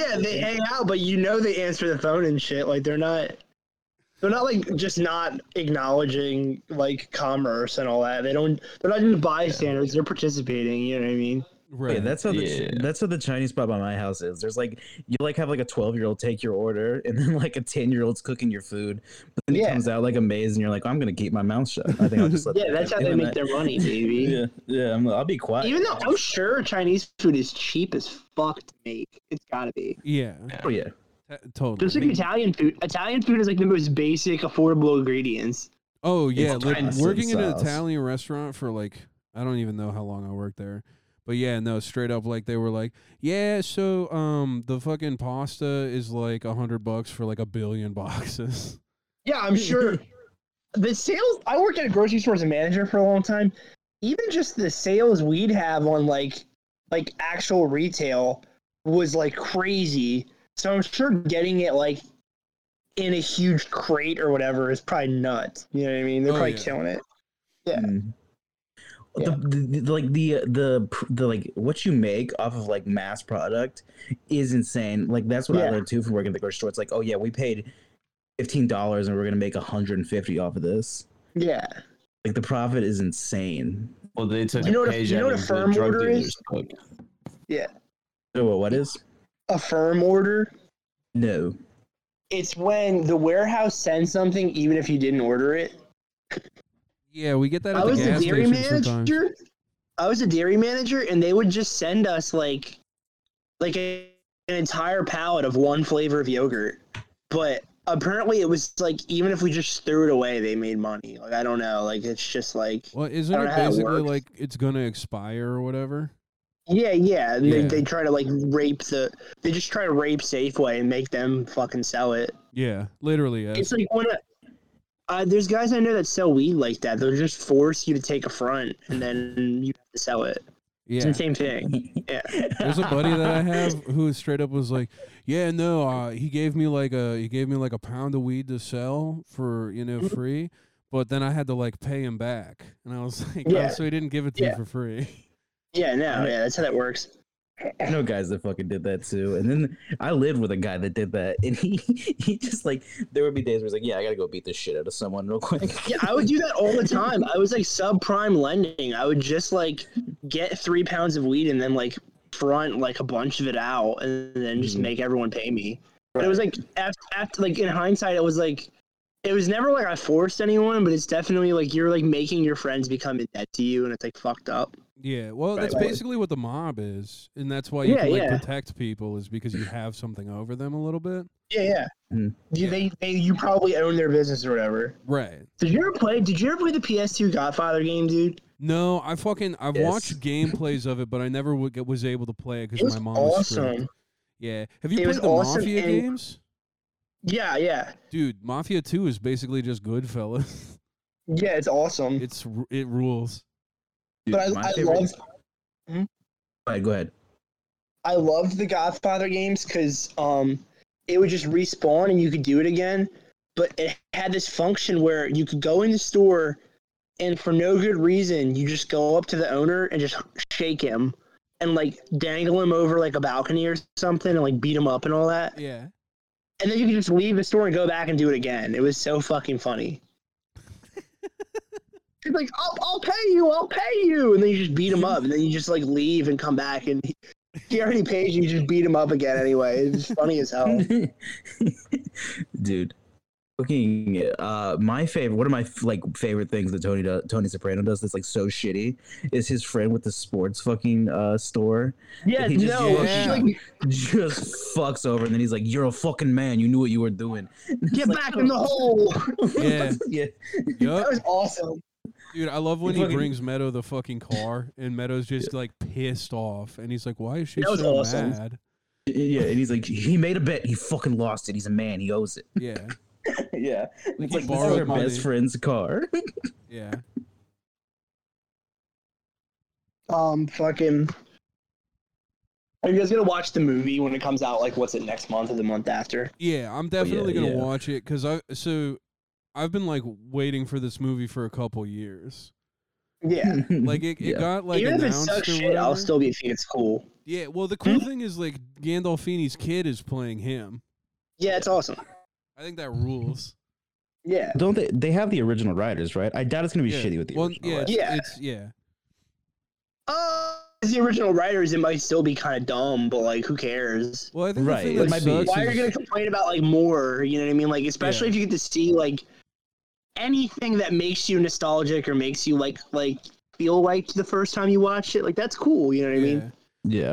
Yeah, they hang out, but you know they answer the phone and shit. Like they're not they're not like just not acknowledging like commerce and all that. They don't they're not into bystanders, they're participating, you know what I mean? Right. Yeah, that's how the Yeah. that's how the Chinese spot by my house is. There's like you like have like a twelve year old take your order, and then like a ten year old's cooking your food, but then it Yeah. comes out like a maze, and you're like, I'm gonna keep my mouth shut. I think I'll just let Yeah, that's how they make their money, baby. Yeah, yeah. I'm, I'll be quiet. Even though I'm sure Chinese food is cheap as fuck to make. It's gotta be. Yeah. oh, yeah. t- totally. Just like Italian food. Italian food is like the most basic, affordable ingredients. Oh yeah, It's like pasta working in an sauce. Italian restaurant for like I don't even know how long I worked there. But yeah, no, straight up like they were like, Yeah, so um the fucking pasta is like a hundred bucks for like a billion boxes. Yeah, I'm sure. the sales. I worked at a grocery store as a manager for a long time. Even just the sales we'd have on like, like actual retail was like crazy. So I'm sure getting it like in a huge crate or whatever is probably nuts. You know what I mean? They're Oh, probably yeah. killing it. Mm. The, the, the- like the the pr- the like what you make off of like mass product is insane. Like that's what I Yeah. learned too from working at the grocery store. It's like, oh yeah, we paid fifteen dollars and we're gonna make hundred and fifty off of this. Yeah. Like the profit is insane. Well, they took You know a what a- page you know out what a of the firm drug order is? dealer's book. So what, what is? A firm order. No. It's when the warehouse sends something even if you didn't order it. Yeah, we get that at I the was a gas dairy station sometimes. manager. I was a dairy manager, and they would just send us like, like a, an entire pallet of one flavor of yogurt. But apparently, it was like even if we just threw it away, they made money. Like I don't know. Like it's just like Well, isn't I don't it know how it basically works. like it's gonna expire or whatever? yeah, yeah. and They, Yeah. they try to like rape the. They just try to rape Safeway and make them fucking sell it. Yeah, literally. Yeah. It's like when. A, uh, there's guys I know that sell weed like that. They'll just force you to take a front, and then you have to sell it. It's yeah. the same thing. There's a buddy that I have who straight up was like, "Yeah, no, uh, he gave me like a he gave me like a pound of weed to sell for you Mm-hmm. know free, but then I had to like pay him back, and I was like, Yeah. oh, so he didn't give it to me Yeah. for free." Yeah, no, yeah, that's how that works. I know guys that fucking did that too. And then I lived with a guy that did that, and he he just like there would be days where he's like, yeah, I gotta go beat the shit out of someone real quick. Yeah, I would do that all the time. I was like subprime lending. I would just like get three pounds of weed and then like front like a bunch of it out and then just Mhm. make everyone pay me. But it was like after, after like in hindsight, it was like it was never like I forced anyone, but it's definitely like you're like making your friends become in debt to you, and it's like fucked up. Yeah, well, Right, that's right. basically what the mob is, and that's why you Yeah, can like yeah. protect people is because you have something over them a little bit. Yeah, yeah. Mhm. You, they, they, you probably own their business or whatever. Right. Did you ever play? Did you ever play the PS2 Godfather game, dude? No, I fucking I've Yes. watched gameplays of it, but I never would, was able to play it It because was my mom was strict. awesome. Yeah. Have you It was played the awesome mafia and- games? Yeah, yeah, Dude, Mafia 2 is basically just Goodfellas. yeah. It's awesome. It's r- it rules. Dude, but my I, I favorite- love Go ahead, go ahead. I loved the Godfather games because um, it would just respawn and you could do it again. But it had this function where you could go in the store, and for no good reason, you just go up to the owner and just shake him, and like dangle him over like a balcony or something, and like beat him up and all that. Yeah. And then you could just leave the store and go back and do it again. It was so fucking funny. He's like, I'll, I'll pay you, I'll pay you. And then you just beat him up. And then you just like leave and come back. And he, he already paid you, you just beat him up again anyway. It's funny as hell. Dude, looking uh my favorite one of my like favorite things that Tony does, Tony Soprano does that's like so shitty is his friend with the sports fucking uh store Yeah, He just- no. yeah. she's like, just fucks over and then he's like you're a fucking man you knew what you were doing. Get back in the hole. Yeah. yeah. Yup. That was awesome. Dude, I love when He he fucking- brings Meadow the fucking car and Meadow's just like pissed off and he's like, Why is she That was so awesome. mad? Yeah, and he's like he made a bet, he fucking lost it. He's a man, he owes it. Yeah. Yeah. It's like this is borrowed our money. best friend's car. Yeah. Um, fucking. Are you guys gonna watch the movie when it comes out? Like, what's it next month or the month after? Yeah, I'm definitely gonna yeah. watch it because I so I've been like waiting for this movie for a couple years. Yeah. Like it, it Yeah. got like Mm-hmm. Even if it announced sucks or shit, whatever. I'll still be think it's cool. Yeah, well, the cool thing is like Gandolfini's kid is playing him. Yeah, it's awesome. I think that rules. Yeah. Don't they? They have the original writers, right? I doubt it's gonna be yeah. shitty with the well, original. yeah, writers. it's, Yeah. it's- yeah. Uh, as the original writers, it might still be kind of dumb, but like, who cares? Well, I think Right, the thing it that might be- sucks Why are is- you gonna complain about like more? You know what I mean? Like, especially if you get to see like anything that makes you nostalgic or makes you like like feel like the first time you watched it. Like, that's cool. You know what I mean? yeah.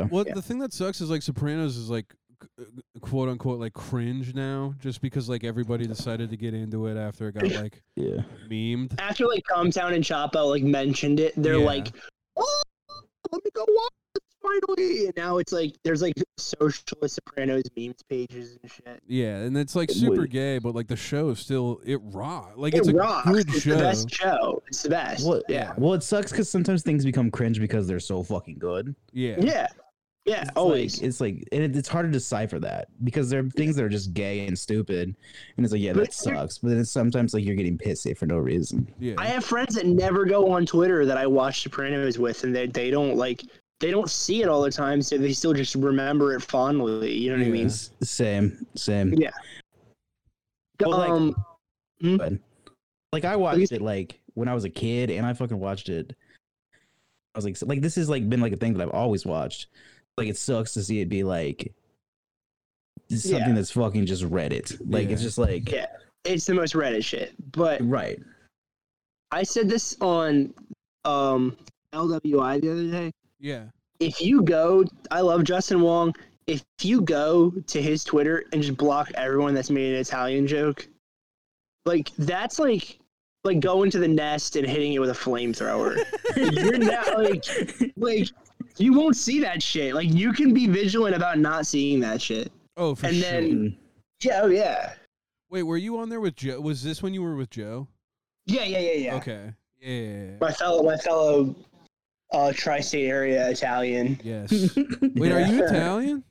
yeah. Well, Yeah. the thing that sucks is like Sopranos is like c- c- quote unquote like cringe now, just because like everybody decided to get into it after it got like Yeah. memed. After like Comtown and Chapo like mentioned it, they're Yeah. like, oh, let me go watch this finally. And now it's like there's like socialist Sopranos memes pages and shit. Yeah, and it's like It super would. gay, but like the show is still it raw. Like it it's a rocks. good it's show. the best show. It's the best. Well, yeah. yeah. Well, it sucks because sometimes things become cringe because they're so fucking good. Yeah. Yeah. Yeah. It's always. like, it's like and it, it's hard to decipher that because there are things that are just gay and stupid, and it's like yeah, that But- sucks. But then it's sometimes like you're getting pissy for no reason. yeah. I have friends that never go on Twitter that I watch Sopranos with, and they they don't like they don't see it all the time, so they still just remember it fondly. You know what I mean? S- Same, same. Yeah. Well, like- um, hmm? But like I watched it like when I was a kid, and I fucking watched it. I was like, like this has like been like a thing that I've always watched. Like it sucks to see it be like something Yeah. that's fucking just Reddit. Like it's Yeah. just like Yeah. it's the most Reddit shit. But right. I said this on um LWI the other day. yeah. If you go, I love Justin Wong. If you go to his Twitter and just block everyone that's made an Italian joke, like that's like like going to the nest and hitting it with a flamethrower. You're not like like you won't see that shit. Like you can be vigilant about not seeing that shit. Oh, for and sure. then yeah, oh yeah, Wait, were you on there with Joe? Was this when you were with Joe? yeah, yeah, yeah, yeah. Okay. Yeah. yeah, My fellow, my fellow, uh, tri-state area Italian. yeah. Yes. Wait, are you Italian?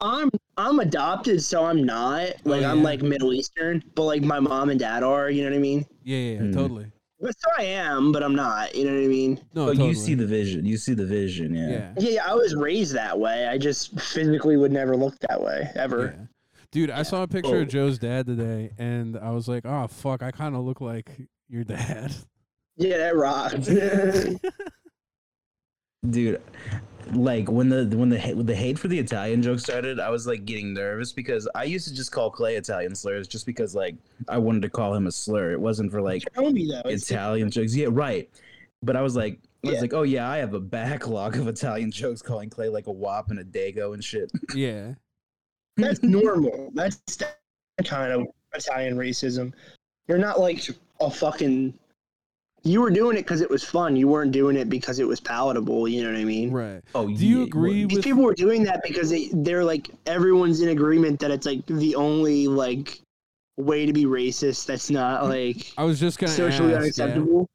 I'm I'm adopted, so I'm not like I'm yeah. like Middle Eastern, but like my mom and dad are. You know what I mean? Yeah, yeah, yeah Hmm. Mm. totally. But so I am, but I'm not. You know what I mean? No, Oh, totally. you see the vision. You see the vision. Yeah. yeah. Yeah, yeah, I was raised that way. I just physically would never look that way ever. Yeah. Dude, I saw a picture Oh. of Joe's dad today, and I was like, "Oh fuck, I kind of look like your dad." Yeah, that rocked. dude like when the when the ha- when the hate for the italian joke started i was like getting nervous because i used to just call clay italian slurs just because like i wanted to call him a slur it wasn't for like Tell me though. Oh, it's- italian jokes yeah right but i was like I was Yeah. like, oh yeah, I have a backlog of Italian jokes calling Clay like a wop and a dago and shit. yeah, that's normal. That's that kind of Italian racism. You're not like a fucking. You were doing it because it was fun. You weren't doing it because it was palatable. You know what I mean? right. Oh, Do you yeah, agree These with? people were doing that because they they're like everyone's in agreement that it's like the only like way to be racist that's not like I was just gonna socially ask. yeah. unacceptable.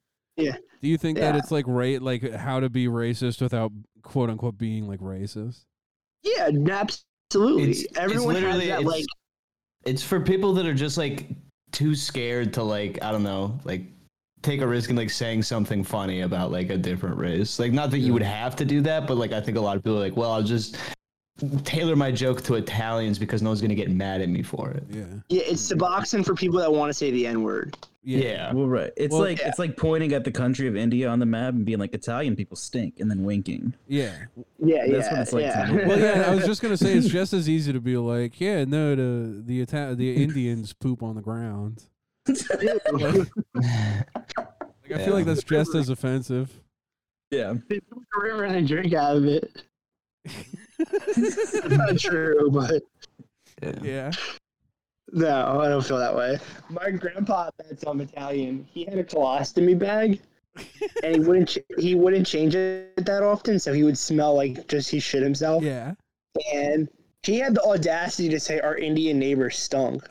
Do you think that Yeah. it's like rate, like how to be racist without quote unquote being like racist? Yeah, absolutely. It's- it's Everyone has literally- that it's- like It's for people that are just like too scared to like I don't know like take a risk and like saying something funny about like a different race. Like not that you would have to do that, but like I think a lot of people are like, well, I'll just tailor my joke to Italians because no one's gonna get mad at me for it. Yeah, yeah, it's suboxone for people that want to say the n word. yeah, Well, right. It's Well, like yeah. it's like pointing at the country of India on the map and being like Italian people stink and then winking. yeah. Yeah, That's yeah, what it's like to yeah. me. Well, yeah. I was just gonna say it's just as easy to be like, yeah, no, the the Ita- the Indians poop on the ground. Like, like, I Yeah. feel like that's just as offensive. Yeah. They put the river and they drink out of it. That's not true, but Yeah. no, I don't feel that way. My grandpa bets I'm Italian. He had a colostomy bag, and he wouldn't ch- he wouldn't change it that often, so he would smell like just he shit himself. Yeah. And he had the audacity to say our Indian neighbor stunk,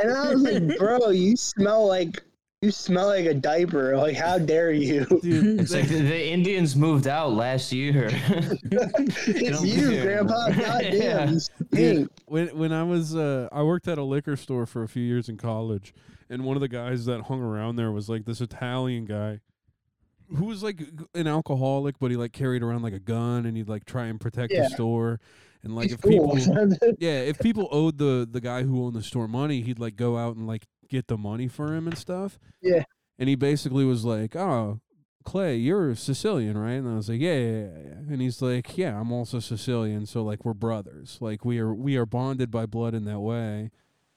and I was like, bro, you smell like you smell like a diaper. Like, how dare you? Dude, It's like the, the Indians moved out last year. it's Don't you, care. grandpa. Goddamn, Yeah. you Dude, stink. when when I was uh, I worked at a liquor store for a few years in college, and one of the guys that hung around there was like this Italian guy who was like an alcoholic, but he like carried around like a gun and he'd like try and protect Yeah. the store. And like He's if people, cool. yeah, if people owed the the guy who owned the store money, he'd like go out and like get the money for him and stuff. Yeah. And he basically was like, "Oh, Clay, you're Sicilian, right?" And I was like, "Yeah, yeah, yeah." yeah." And he's like, "Yeah, I'm also Sicilian, so like we're brothers. Like we are we are bonded by blood in that way."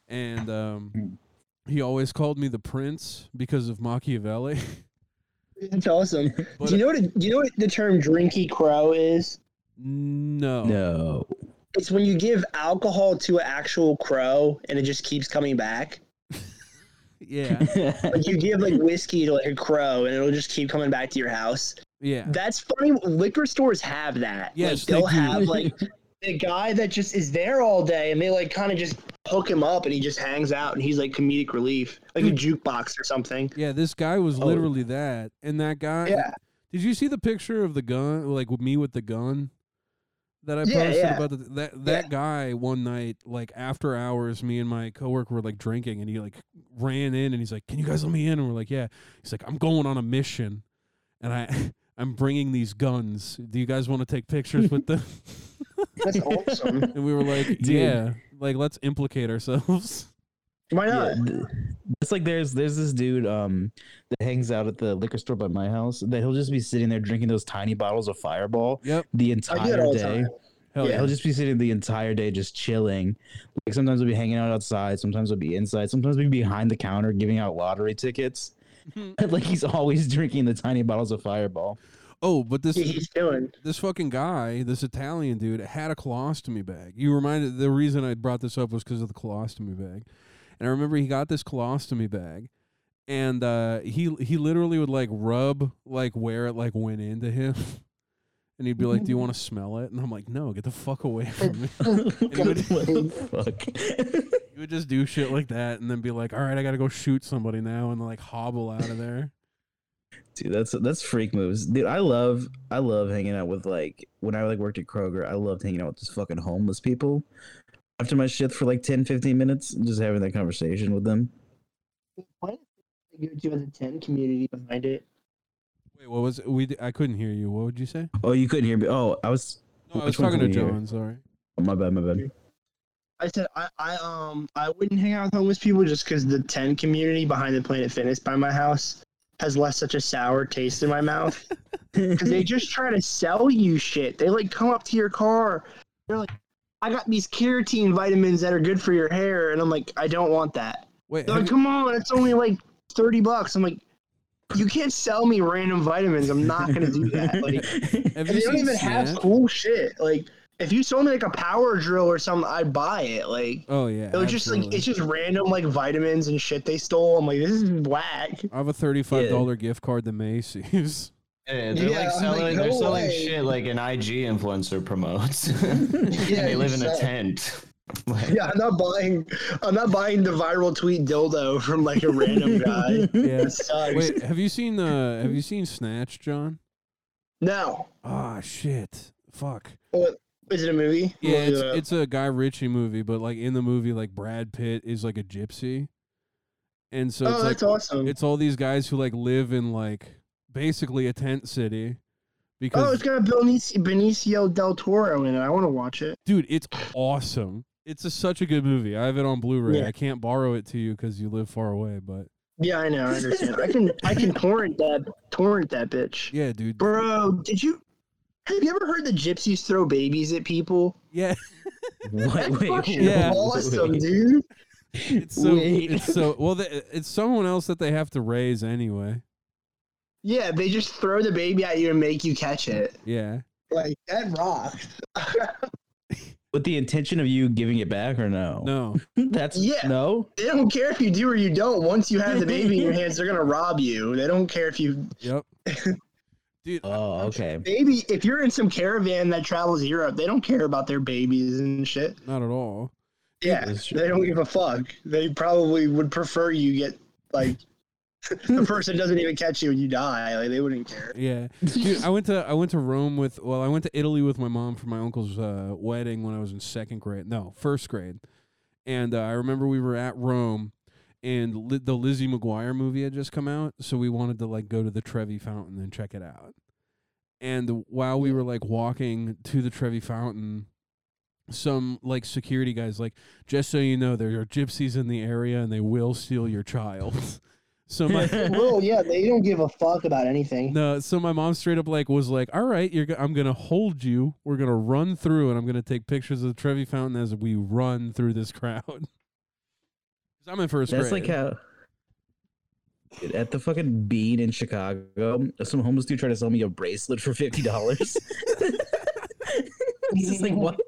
And um Hmm. he always called me the prince because of Machiavelli. That's awesome. But- do you know what? do you know what the term "drinky crow" is? no. No. It's when you give alcohol to an actual crow and it just keeps coming back. Yeah. Like you give like whiskey to like a crow and it'll just keep coming back to your house. Yeah. That's funny. Liquor stores have that. like, Yes, they'll they do. have like the guy that just is there all day and they like kind of just hook him up and he just hangs out and he's like comedic relief, like Mm. a jukebox or something. Yeah, this guy was literally that, and that guy. Oh, Yeah. Did you see the picture of the gun, like with me with the gun, that I Yeah, posted yeah. about the, that that guy one night, like after hours, me and my coworker were like drinking, and he like ran in, and he's like, "Can you guys let me in?" And we're like, "Yeah." He's like, "I'm going on a mission, and I I'm bringing these guns. Do you guys want to take pictures with them?" That's awesome. and we were like, "Yeah, like let's implicate ourselves." Why not? Yeah, th- it's like there's there's this dude um that hangs out at the liquor store by my house that he'll just be sitting there drinking those tiny bottles of Fireball Yep. the I do it entire all the day. time. Hell Yeah. He'll just be sitting the entire day just chilling. Like sometimes we'll be hanging out outside, sometimes we'll be inside, sometimes we'll be behind the counter giving out lottery tickets. like he's always drinking the tiny bottles of Fireball. Oh, but this Yeah, is he's doing. this fucking guy, this Italian dude, had a colostomy bag. You reminded the reason I brought this up was because of the colostomy bag, and I remember he got this colostomy bag, and uh, he he literally would like rub like where it like went into him, and he'd be like, "Do you want to smell it?" And I'm like, "No, get the fuck away from me." and he would, What the fuck? he would just do shit like that, and then be like, "All right, I gotta go shoot somebody now," and like hobble out of there. Dude, that's that's freak moves. Dude, I love I love hanging out with like when I like worked at Kroger, I loved hanging out with just fucking homeless people. After my shift for like 10, 15 minutes, and just having that conversation with them. You do as a ten community behind it. Wait, what was it? we? d- I couldn't hear you. What would you say? Oh, you couldn't hear me. Oh, I was No, I was Which one talking to couldn't hear? John. Sorry. oh, my bad, my bad. I said I, I um I wouldn't hang out with homeless people just because the ten community behind the Planet Fitness by my house has left such a sour taste in my mouth because they just try to sell you shit. They like come up to your car, they're like, "I got these carotene vitamins that are good for your hair," and I'm like, "I don't want that." Wait, They're have like, you- "Come on, it's only like thirty bucks." I'm like, "You can't sell me random vitamins. I'm not gonna do that." Like, have And you they don't seen even have Snatch? cool shit. Like if you sold me like a power drill or something, I'd buy it. Like Oh yeah. it was just like absolutely. it's just random like vitamins and shit they stole. I'm like, this is whack. I have a thirty-five dollar gift card to Macy's. Yeah, Yeah, they're I'm like like, selling, they're no selling way. shit like an IG influencer promotes. you they live in a said. tent. Like, Yeah, I'm not buying. I'm not buying the viral tweet dildo from like a random guy. Yeah. It sucks. Wait, have you seen uh have you seen Snatch, John? No, Ah shit. Fuck. what is it a movie? Yeah, Look it's, it up. it's a Guy Ritchie movie, but like in the movie, like Brad Pitt is like a gypsy, and so it's oh, like that's awesome. it's all these guys who like live in like basically a tent oh, city, because it's got Benicio, Benicio del Toro in it. I want to watch it. dude, it's awesome. It's a, such a good movie. I have it on Blu-ray. Yeah. I can't borrow it to you because you live far away, but Yeah, I know. I understand. I can. I can torrent that. Torrent that bitch. yeah, dude. Bro, did you have you ever heard the gypsies throw babies at people? Yeah, wait, wait, wait, Yeah. Awesome, dude. It's so Wait. it's so well. They, it's someone else that they have to raise anyway. Yeah, they just throw the baby at you and make you catch it. Yeah. Like that rocks. With the intention of you giving it back or no? No. That's Yeah. no. They don't care if you do or you don't. Once you have the baby in your hands, they're gonna rob you. They don't care if you Yep. Dude, Oh, okay. baby if you're in some caravan that travels Europe, they don't care about their babies and shit. not at all. Yeah. That's true. They don't give a fuck. They probably would prefer you get like the person doesn't even catch you and you die. Like they wouldn't care. Yeah. Dude, I went to I went to Rome with well, I went to Italy with my mom for my uncle's uh, wedding when I was in second grade. No, first grade. And uh, I remember we were at Rome and li- the Lizzie McGuire movie had just come out, so we wanted to like go to the Trevi Fountain and check it out. And while we were like walking to the Trevi Fountain, some like security guys like, just so you know, there are gypsies in the area and they will steal your child. so my well, yeah, they don't give a fuck about anything. no, so my mom straight up like was like, "All right, you're go- I'm gonna hold you. We're gonna run through, and I'm gonna take pictures of the Trevi Fountain as we run through this crowd." 'Cause I'm in first That's grade. like how. Dude, at the fucking bean in Chicago, some homeless dude tried to sell me a bracelet for fifty dollars. He's just like, what?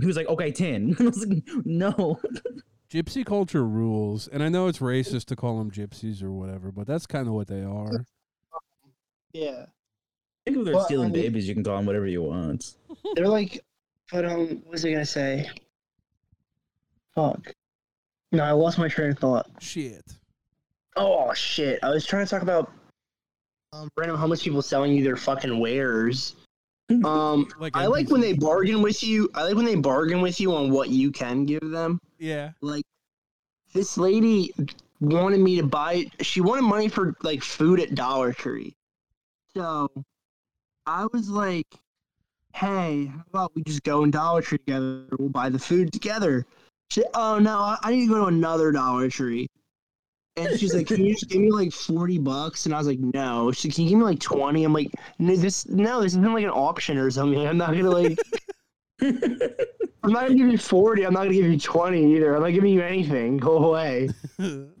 He was like, okay, ten. I was like, no. Gypsy culture rules, and I know it's racist to call them gypsies or whatever, but that's kind of what they are. Yeah, I think if they're Well, stealing I mean- babies, you can call them whatever you want. they're like, but um, what was I gonna say? Fuck. No, I lost my train of thought. Shit. Oh shit! I was trying to talk about um, random homeless people selling you their fucking wares. Um, Like I like when they bargain with you. I like when they bargain with you on what you can give them. Yeah. Like this lady wanted me to buy. She wanted money for like food at Dollar Tree. So I was like, "Hey, how about we just go in Dollar Tree together? We'll buy the food together." She, oh no, I, I need to go to another Dollar Tree. And she's like, "Can you just give me like forty bucks?" And I was like, "No." She's like, "Can you give me like 20? I'm like, "No, this no, this isn't like an auction or something. I'm not gonna like." I'm not gonna give you forty. I'm not gonna give you twenty either. I'm not giving you anything. Go away.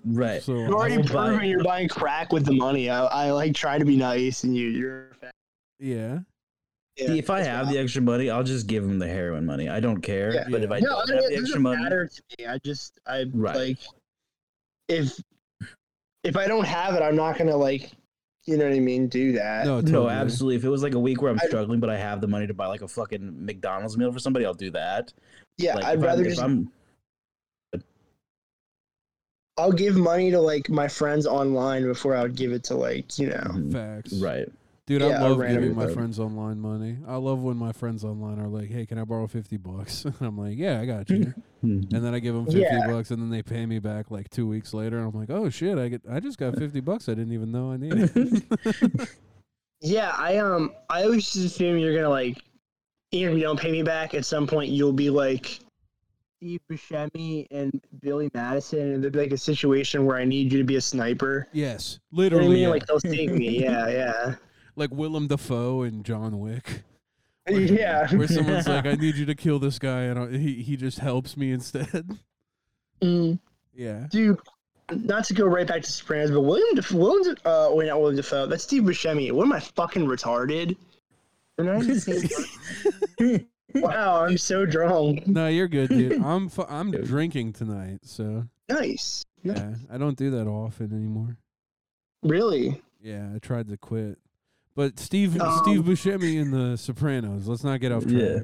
Right. so You're already will buy proving you're buying crack with the money. I, I like try to be nice, and you, you're. a fat- yeah. Yeah, See, if I that's have what the extra money, I'll just give them the heroin money. I don't care. Yeah. But if I no, I don't mean, have it the extra doesn't money, matter to me. I just I Right. like if if I don't have it, I'm not gonna like, you know what I mean? Do that. No, no, totally. absolutely. If it was like a week where I'm I- struggling, but I have the money to buy like a fucking McDonald's meal for somebody, I'll do that. yeah, Like, I'd if I'm- rather if just I'm- I'll give money to like my friends online before I would give it to like you know. Mhm. Facts. right. Dude, um, Yeah, I a love random giving my thing. friends online money. I love when my friends online are like, "Hey, can I borrow fifty bucks?" And I'm like, "Yeah, I got you." and then I give them fifty Yeah. bucks, and then they pay me back like two weeks later. And I'm like, "Oh shit, I get, I just got fifty bucks. I didn't even know I needed." Yeah, I um, I always just assume you're gonna like, even if you don't pay me back, at some point you'll be like Steve Buscemi and Billy Madison, and there'll be like a situation where I need you to be a sniper. yes, You know what I literally, mean? yeah. Like like, they'll save me. Yeah, yeah, Willem Dafoe and John Wick, yeah. where someone's like, "I need you to kill this guy," and I, he he just helps me instead. Mm, yeah, Dude, not to go right back to Sopranos, but William Defoe, William, De- uh, wait, not William Defoe. That's Steve Buscemi. What am I fucking retarded? They're not even the same- wow, I'm so drunk. no, you're good, dude. I'm fu- I'm drinking tonight, so Nice. yeah, I don't do that often anymore. Really? Yeah, I tried to quit. But Steve Um, Steve Buscemi in the Sopranos. Let's not get off track. Yeah.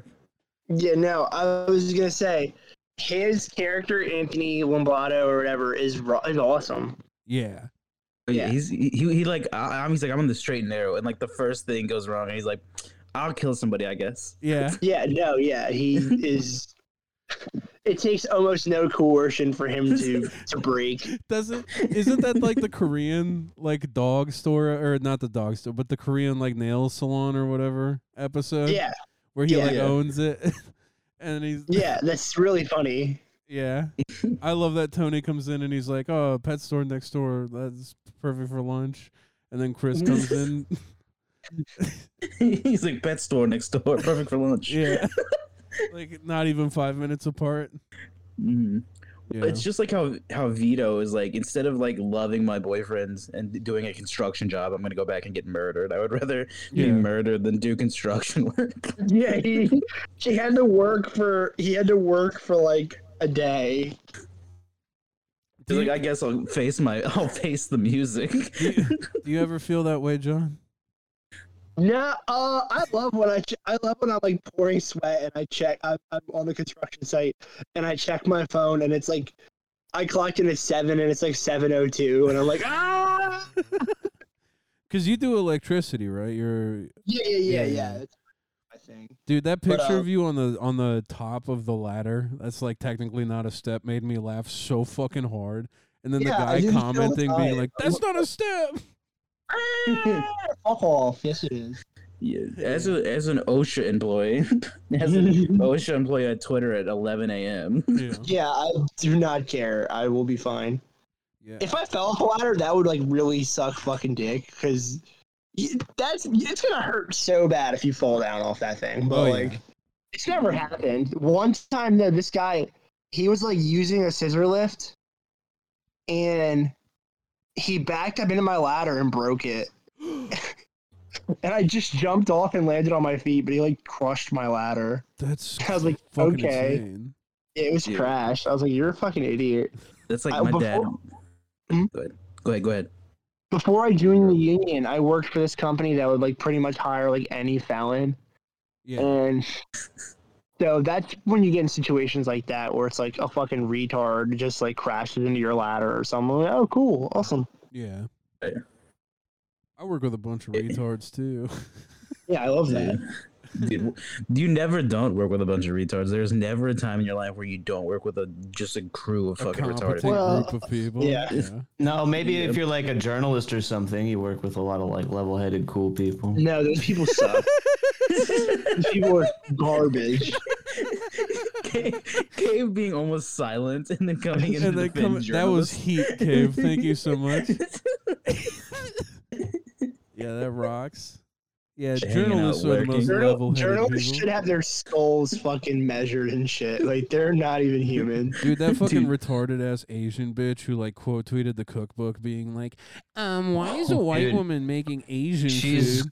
Yeah, no, I was gonna say his character Anthony Lombardo or whatever is ro- is awesome. Yeah. But yeah, Yeah. he's he, he he, like I, I'm- he's like I'm on the straight and narrow, and like the first thing goes wrong, and he's like, I'll kill somebody, I guess. Yeah. Yeah, no, yeah, he is. It takes almost no coercion for him to to break. Doesn't isn't that like the Korean like dog store or not the dog store, but the Korean like nail salon or whatever episode? Yeah, Where he yeah. like Yeah. owns it. and he's yeah, that's really funny. Yeah. I love that Tony comes in and he's like, Oh, pet store next door, that's perfect for lunch. And then Chris comes in. he's like pet store next door, perfect for lunch. Yeah. like not even five minutes apart. Mhm. Yeah. It's just like how how Vito is like instead of like loving my boyfriends and doing a construction job, I'm gonna go back and get murdered. I would rather Yeah. be murdered than do construction work. Yeah, he he had to work for he had to work for like a day. He's like, I guess I'll face my I'll face the music. do, you, do you ever feel that way, John? No, uh, I love when I ch- I love when I'm like pouring sweat and I check. I'm, I'm on the construction site and I check my phone and it's like I clocked in at seven and it's like seven oh two and I'm like ah Because you do electricity, right? You're yeah yeah yeah Yeah, yeah. yeah. That's my thing. dude. That But, picture uh, of you on the on the top of the ladder. That's like technically not a step. Made me laugh so fucking hard. and then Yeah, I the do feel guy the commenting, being vibe. like, "That's not a step." Fuck off. Oh, Yes, it is. Yeah, as a as an OSHA employee, as an OSHA employee at Twitter at 11 a.m. Yeah. Yeah, I do not care. I will be fine. yeah. If I fell off a ladder, that would like really suck fucking dick because that's it's gonna hurt so bad if you fall down off that thing. But Oh, yeah. like, it's never happened. One time though, this guy he was like using a scissor lift, and he backed up into my ladder and broke it. and I just jumped off and landed on my feet, but he like crushed my ladder. That's I was like, fucking okay. insane. It was Dude. crashed. I was like, "You're a fucking idiot." That's like I- my dad. before- Hmm? Go ahead. Go ahead. Go ahead. before I joined the union, I worked for this company that would like pretty much hire like any felon, Yeah. and so that's when you get in situations like that where it's like a fucking retard just like crashes into your ladder or something. Like, oh, cool, awesome. Yeah. Yeah. I work with a bunch of retards too. Yeah, I love that. Dude, you never don't work with a bunch of retards. There's never a time in your life where you don't work with a just a crew of a fucking competent retarded. Well, group of people. yeah. No, maybe if you're like a journalist or something, you work with a lot of like level-headed, cool people. No, those people suck. those people are garbage. Cave, Cave being almost silent and then coming in and And they then come, that was heat, Cave. Thank you so much. yeah, that rocks. Yeah, Just hanging out, journalists are the lurking. most Journal- level headed journalists should people. have their skulls fucking measured and shit. Like they're not even human. Dude, that fucking retarded ass Asian bitch who like quote tweeted the cookbook being like, um, why is a white Dude. woman making Asian She's food?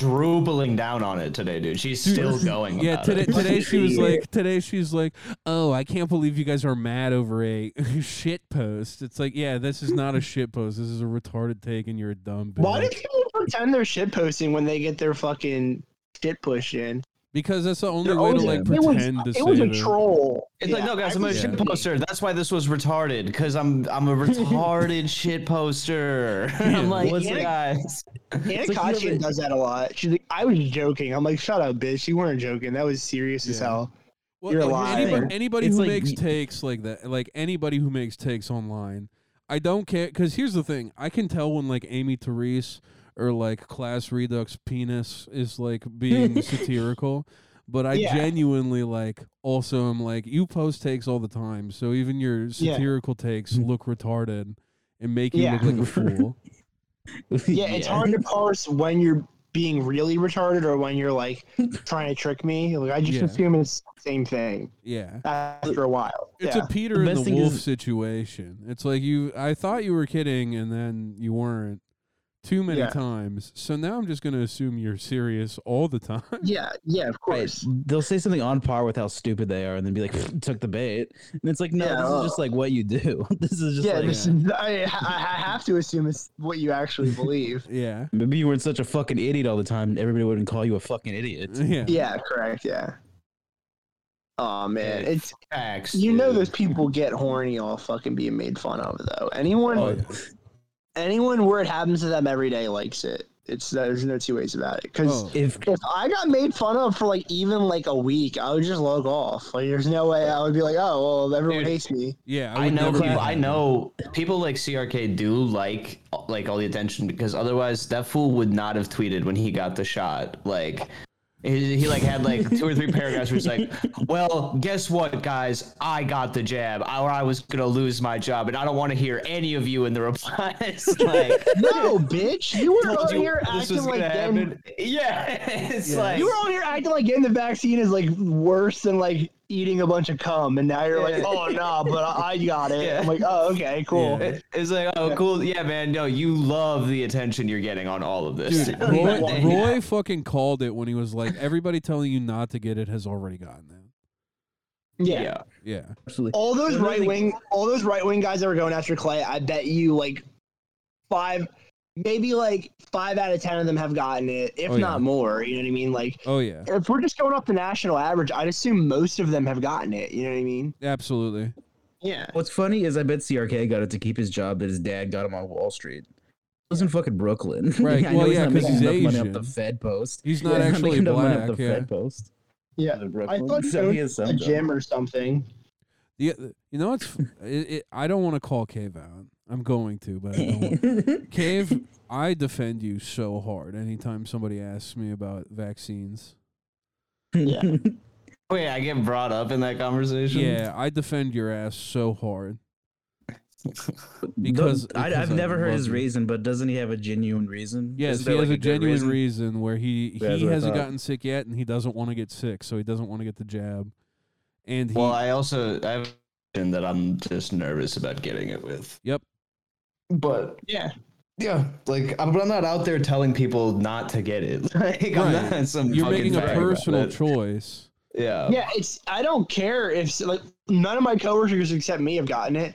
quadrupling down on it today, dude. She's Dude, still going. Yeah, about today it. today she was like today she's like, "Oh, I can't believe you guys are mad over a shit post." It's like, "Yeah, this is not a shit post. This is a retarded take and you're a dumb bitch." Why do people pretend they're shit posting when they get their fucking shit pushed in? Because that's the only They're way to always- like it was- pretend to it was say a that. troll. It's like, Yeah, no, guys, I I'm a was- shit poster. That's why this was retarded, because I'm I'm a retarded shit poster. I'm like, Well, it's like- guys. Anna like, you know, Kotkin like- does that a lot. She's like, I was joking. I'm like, shut up, bitch. You weren't joking. That was serious as Yeah. hell. Well, You're any- lying. Anybody, anybody It's who like makes y- takes like that, like anybody who makes takes online, I don't care. Because here's the thing: I can tell when like Amy Therese or like Class Redux penis is like being satirical. But I Yeah. genuinely like. Also, am like you post takes all the time, so even your Yeah. Mm. satirical takes look retarded and make you Yeah. look like a fool. Yeah, it's hard to parse when you're being really retarded or when you're like trying to trick me. Like I just Yeah. assume it's the same thing Yeah, after a while. it's yeah. a Peter The and best the thing Wolf is- situation. It's like you, I thought you were kidding, and then you weren't too many Yeah. times. So now I'm just gonna assume you're serious all the time. yeah, yeah, of course. They'll say something on par with how stupid they are, and then be like, "Took the bait," and it's like, "No, Yeah, this uh, is just like what you do. this is just Yeah, like this is, I, I I have to assume it's what you actually believe. Yeah, maybe you weren't such a fucking idiot all the time. Everybody wouldn't call you a fucking idiot." yeah, yeah, correct. Yeah. Oh man, Hey, it's Facts. You know dude. those people get horny all fucking being made fun of though. Anyone Oh, yeah. anyone where it happens to them every day likes it. It's there's no two ways about it. Cause Oh, If if I got made fun of for like even like a week, I would just log off. Like there's no way I would be like, oh well, everyone Dude. hates me. yeah. I, I would know. never be People, I happy. know people like CRK do like like all the attention because otherwise that fool would not have tweeted when he got the shot. Like he, he like had like two or three paragraphs where he's like, "Well, guess what, guys? I got the jab, or I was gonna lose my job, and I don't want to hear any of you in the replies." like, No, bitch, you were told on you here this acting was like gonna getting, happen. Yeah, it's Yeah. like you were on here acting like getting the vaccine is like worse than like eating a bunch of cum, and now you're like, Yeah. oh nah, but I, I got it. Yeah. I'm like, oh okay, cool. Yeah. It- It's like, oh, cool. Yeah, man. No, you love the attention you're getting on all of this. Dude, Like, Roy, they- Roy fucking called it when he was like, "Everybody telling you not to get it has already gotten it." yeah. yeah. Yeah, absolutely, all those They're really- right wing all those right wing guys that were going after Clay, I bet you like five maybe like five out of ten of them have gotten it, if Oh, yeah. not more. You know what I mean? Like oh yeah, if we're just going off the national average, I'd assume most of them have gotten it. You know what I mean? absolutely. Yeah. what's funny is I bet CRK got it to keep his job that his dad got him on Wall Street. He was in fucking Brooklyn, Right, I know well, he's yeah, not 'cause making he's enough money off Asian. the Fed post. He's not Yeah, actually making enough money black. off the Yeah, Fed post. Yeah. in Brooklyn. I thought so you he has A some job. gym or something. The, the- you know what's f- it, it, I don't want to call Cave out. I'm going to, but I don't want Cave, I defend you so hard anytime somebody asks me about vaccines. Yeah. Wait, I get brought up in that conversation. Yeah, I defend your ass so hard. Because Because, I, because I've never heard love his you. reason, but doesn't he have a genuine reason? Yes, Isn't he there, has like, a good genuine reason? where he That's he what I hasn't thought. gotten sick yet, and he doesn't want to get sick, so he doesn't want to get the jab. And he, Well, I also I have a that I'm just nervous about getting it with. Yep. But Yeah. yeah, like I'm, but I'm not out there telling people not to get it. Like I'm Right. not some. you're fucking making a fag about personal it. choice. Oh. Yeah. Yeah, it's I don't care if like none of my coworkers except me have gotten it,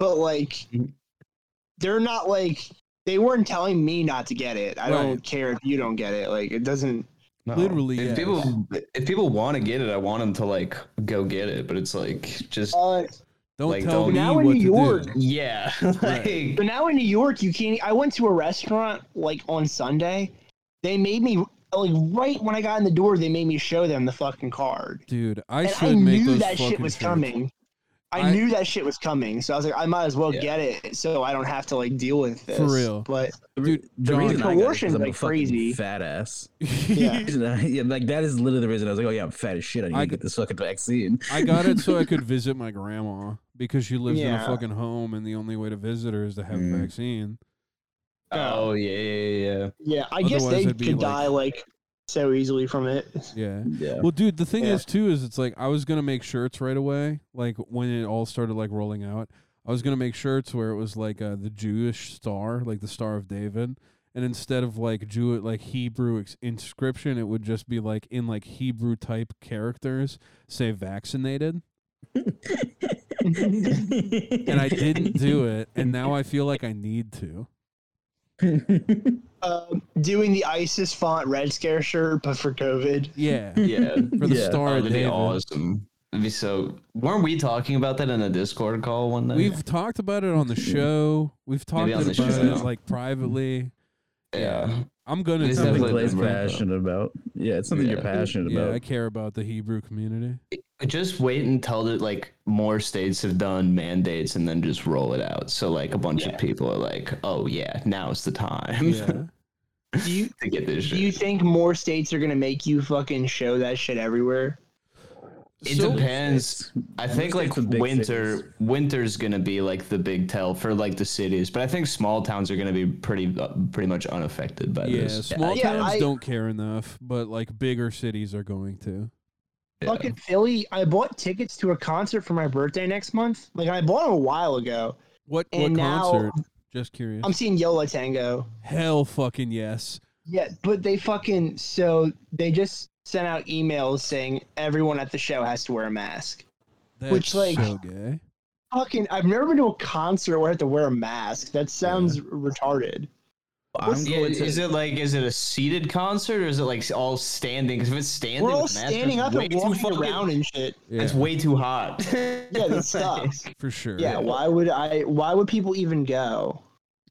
but like Mm-hmm. they're not like they weren't telling me not to get it. I don't Right. care if you don't get it. Like it doesn't. No. Literally, If yes. people if people want to get it, I want them to like go get it. But it's like just Uh, Don't Like, tell don't- me Now in what New to York- do. yeah, Right. but now in New York, you can't. e, I went to a restaurant like on Sunday. They made me like right when I got in the door. They made me show them the fucking card, Dude, I and should I make knew those that shit fucking was shirts. coming. I, I- knew that shit was coming, so I was like, I might as well Yeah. get it, so I don't have to like deal with this. For real. but The Dude, re- the John- reason I got it is 'cause Proportions I'm a like fucking crazy. fat ass. yeah. Reason I- yeah, like that is literally the reason I was like, oh yeah, I'm fat as shit. I need I to g- get this fucking vaccine. I got it so I could visit my grandma because she lives in a Yeah. fucking home, and the only way to visit her is to have a Mm. vaccine. Oh yeah, yeah, yeah. uh, Yeah, I guess Otherwise they it'd could be like- die like so easily from it. Yeah. Yeah. Well, dude, the thing Yeah. is too is it's like I was gonna make shirts right away, like when it all started like rolling out. I was gonna make shirts where it was like uh, the Jewish star, like the Star of David, and instead of like Jew like Hebrew ex- inscription, it would just be like in like Hebrew type characters say vaccinated. And I didn't do it, and now I feel like I need to. Um, doing the ISIS font Red Scare shirt, but for COVID. Yeah, yeah, yeah. for the Yeah. Star Oh, of that'd be David. awesome. That'd be so. Weren't we talking about that in a Discord call one night? We've talked about it on the show. We've talked Maybe on about the show, it yeah. like privately. yeah. I'm gonna It's do it. something definitely Clay's different. passionate about. Yeah, it's something Yeah. you're passionate Yeah, I about. care about the Hebrew community. Just wait until that like more states have done mandates and then just roll it out. So like a bunch of people are like, oh yeah, now's the time Yeah. Do you to get this do shit. you think more states are gonna make you fucking show that shit everywhere? it So- depends. I think it's like the big winter, cities. winter's gonna be like the big tell for like the cities, but I think small towns are gonna be pretty uh, pretty much unaffected by yeah, this. small Yeah, towns I- don't care enough, but like bigger cities are going to. Yeah. Fucking Philly, I bought tickets to a concert for my birthday next month. Like I bought them a while ago. What And what now- concert? Just curious. I'm seeing Yola Tango. Hell fucking yes. Yeah, but they fucking so they just sent out emails saying everyone at the show has to wear a mask. That's Which, like- so gay. Fucking, I've never been to a concert where I have to wear a mask. That sounds retarded. I'm Yeah, going to. is it like is it a seated concert or is it like all standing? Because if it's standing, We're all with masks, standing it's up way and too walking fucking- around and shit. Yeah, It's way too hot. yeah, Yeah, that sucks. for sure. Yeah, why would I? Why would people even go?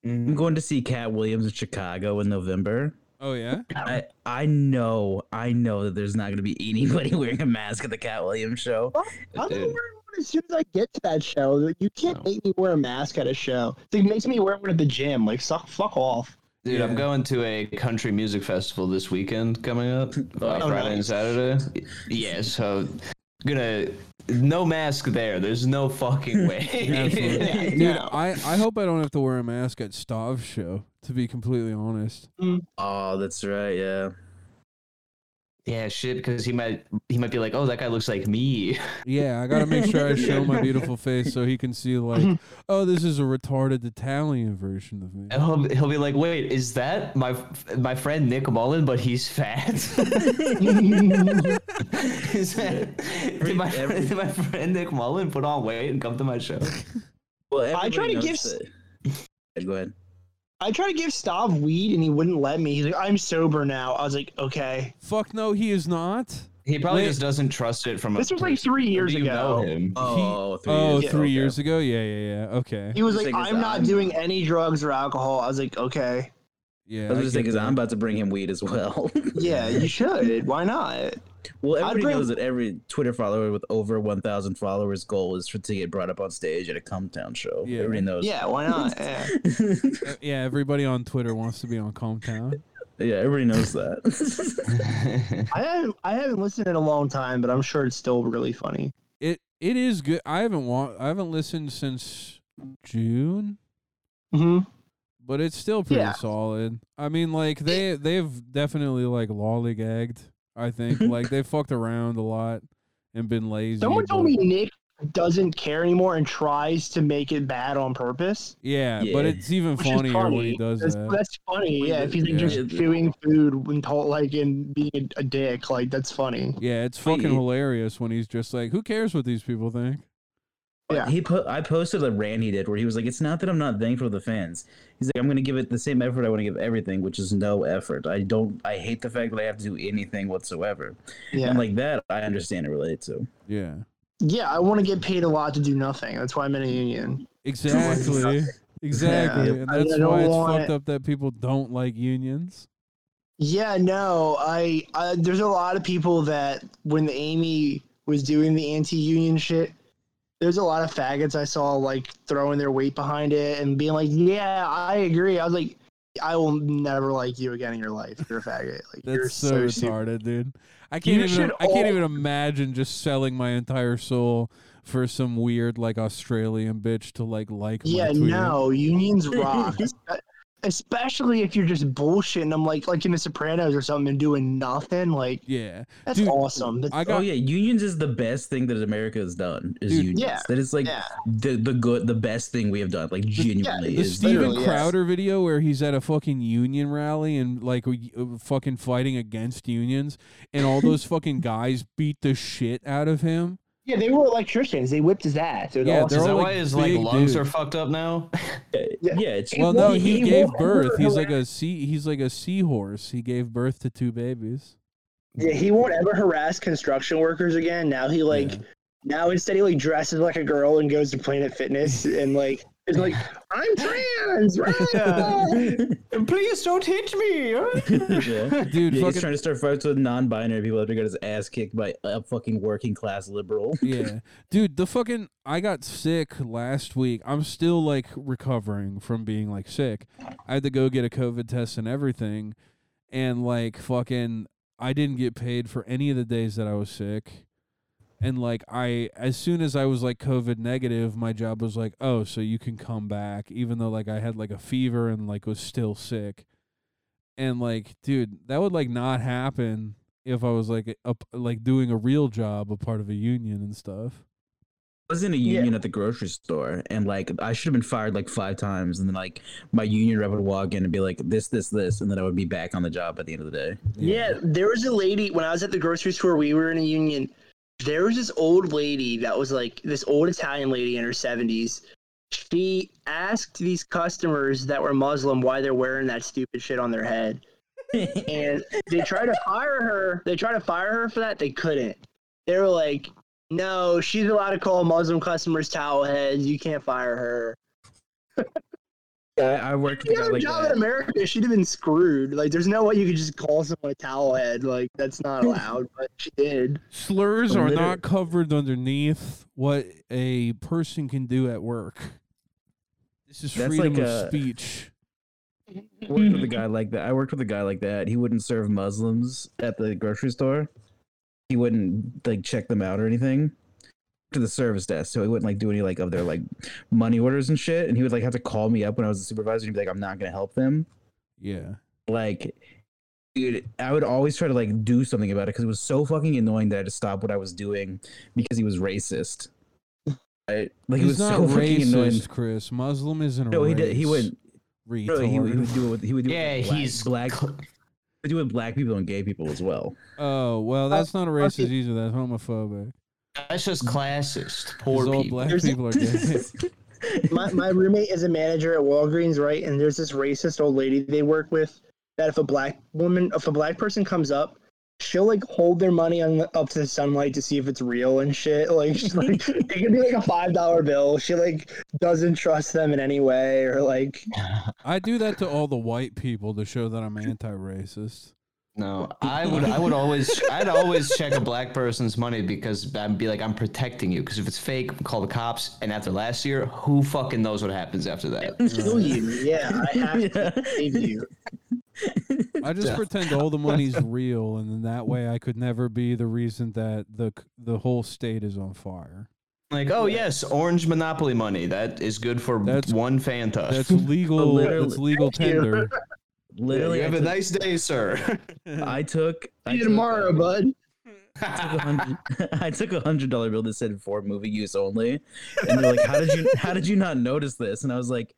I'm going to see Cat Williams in Chicago in November. Oh yeah. I I know I know that there's not going to be anybody wearing a mask at the Cat Williams show. I'm gonna wear Dude. one as soon as I get to that show. Like, You can't No. make me wear a mask at a show. It makes me wear one at the gym. Like, suck, fuck off. Dude, Yeah. I'm going to a country music festival this weekend coming up, uh, Friday and Oh, nice. Saturday. Yeah, so gonna no mask there. There's no fucking way. Absolutely. Yeah, Dude, no. I, I hope I don't have to wear a mask at Stav's show, to be completely honest. Oh, that's right. Yeah. yeah, shit, because he might he might be like, oh, that guy looks like me. Yeah, I gotta make sure I show my beautiful face so he can see like, oh, this is a retarded Italian version of me. And he'll, he'll be like, wait, is that my my friend Nick Mullen, but he's fat? is that, did, my, Every- did my friend Nick Mullen put on weight and come to my show? Well, I try everybody to knows that- Go ahead. I tried to give Stav weed and he wouldn't let me. He's like, I'm sober now. I was like, okay. Fuck no, he is not. He probably Wait. just doesn't trust it from a This was like three years you know ago. him. Oh, three oh, years. ago, three okay. years ago. Yeah, yeah, yeah. Okay. He was This like, thing is I'm not on. doing any drugs or alcohol. I was like, okay. Yeah. I was I just get thinking, 'cause that. I'm about to bring him weed as well. Yeah, you should. Why not? Well, everybody bring- knows that every Twitter follower with over 1,000 followers' goal is for to get brought up on stage at a Comptown show. Yeah. Everybody knows. Yeah, why not? Yeah. Uh, yeah, everybody on Twitter wants to be on Comtown. yeah, everybody knows that. I haven't I haven't listened in a long time, but I'm sure it's still really funny. It it is good. I haven't wa- I haven't listened since June, Mm-hmm. but it's still pretty Yeah. solid. I mean, like they they've definitely like lollygagged. I think like they fucked around a lot and been lazy. Someone told but- me Nick doesn't care anymore and tries to make it bad on purpose. Yeah, Yeah. but it's even Which is funnier when he funny. does that's, that. That's funny. Yeah, if he's like, Yeah. just chewing food and told like and being a, a dick, like that's funny. Yeah, it's fucking Wait. hilarious when he's just like, "Who cares what these people think?" Yeah. He put. I posted a rant he did where he was like, "It's not that I'm not thankful to the fans. He's like, I'm gonna give it the same effort I want to give everything, which is no effort. I don't. I hate the fact that I have to do anything whatsoever. Yeah, And like that, I understand and relate to. Yeah, yeah. I want to get paid a lot to do nothing. That's why I'm in a union. exactly, exactly, Yeah. and I- I that's don't why it's want- fucked up that people don't like unions. Yeah, no, I, I there's a lot of people that when the Amy was doing the anti-union shit, there's a lot of faggots I saw like throwing their weight behind it and being like, "Yeah, I agree." I was like, "I will never like you again in your life. You're a faggot. Like That's you're so, so, stupid." retarded, dude. I can't even. should I can't all- even imagine just selling my entire soul for some weird like Australian bitch to like like. my Yeah, tweet. no, unions rock. Espe- Especially if you're just bullshitting them, like like in The Sopranos or something, and doing nothing. Like Yeah, that's Dude, awesome. That's, I got. oh yeah, unions is the best thing that America has done. Is Dude. unions? Yeah. That is like Yeah. the the good, the best thing we have done. Like genuinely, The is Steven literally, yes. Crowder video where he's at a fucking union rally and like we- uh, fucking fighting against unions, and all those fucking guys beat the shit out of him. yeah, they were electricians. They whipped his ass. It was Yeah, awesome. they're Is all, that like, why his like big lungs dude. are fucked up now? yeah, it's Well, no, he- he he gave won't- birth. He's like a sea. He's like a seahorse. He gave birth to two babies. Yeah, he won't ever harass construction workers again. Now he like Yeah. now instead he like dresses like a girl and goes to Planet Fitness and like is like I'm trans, right? Please don't hit me. yeah. Dude, Yeah, he's fucking trying to start fights with non-binary people after he got his ass kicked by a fucking working class liberal. yeah, dude. The fucking I got sick last week. I'm still like recovering from being like sick. I had to go get a COVID test and everything, and like fucking, I didn't get paid for any of the days that I was sick. And like I, as soon as I was like COVID negative, my job was like, oh, so you can come back, even though like I had like a fever and like was still sick. And like, dude, that would like not happen if I was like up like doing a real job, a part of a union and stuff. I was in a Yeah. union at the grocery store, and like I should have been fired like five times, and then like my union rep would walk in and be like this, this, this, and then I would be back on the job at the end of the day. yeah, there was a lady when I was at the grocery store. We were in a union. There was this old lady that was like this old Italian lady in her seventies. She asked these customers that were Muslim why they're wearing that stupid shit on their head. and they tried to fire her. They tried to fire her for that. They couldn't. They were like, "No, she's allowed to call Muslim customers towel heads. You can't fire her." I, I worked If you with a guy had a like job that. in America, she'd have been screwed. Like, there's no way you could just call someone a towel head. Like, that's not allowed. But she did. Slurs are Liter- not covered underneath what a person can do at work. This is That's freedom like of a- speech. I worked with a guy like that. I worked with a guy like that. He wouldn't serve Muslims at the grocery store. He wouldn't like check them out or anything to the service desk. So he wouldn't like do any like of their like money orders and shit. And he would like have to call me up when I was a supervisor and he'd be like, I'm not gonna help them. Yeah. Like dude, I would always try to like do something about it because it was so fucking annoying that I had to stop what I was doing because he was racist. I, like it was He's not so fucking annoying. racist, Chris. Muslim isn't No, a he race. did, he wouldn't. Retard. No, he, would- he would do it. With, he would do Yeah, it with black, he's black. cl- They do it with black people and gay people as well. oh, well, Uh, that's not a okay. racist either. That's homophobic. That's just classist. Because Poor all people. black There's- people are gay. My, my roommate is a manager at Walgreens, right? And there's this racist old lady they work with that if a black woman, if a black person comes up, she'll like hold their money on the, up to the sunlight to see if it's real and shit. Like, she's like it could be like a five dollar bill. She like doesn't trust them in any way, or like I do that to all the white people to show that I'm anti racist. No, I would. I would always. I'd always check a black person's money because I'd be like, I'm protecting you. Because if it's fake, call the cops. And after last year, who fucking knows what happens after that? Kill you. Yeah, I have Yeah. to save you. I just Yeah. pretend all the money's real, and then that way I could never be the reason that the c- the whole state is on fire. Like, oh yes, orange monopoly money. That is good for That's- one Fanta. That's legal. literally- That's legal Thank you. tender. Literally, you have I, a took, nice day, sir. I took. I See you took, tomorrow, um, bud. took a hundred- I took a hundred dollar bill that said for movie use only, and they're like, "How did you? How did you not notice this?" And I was like,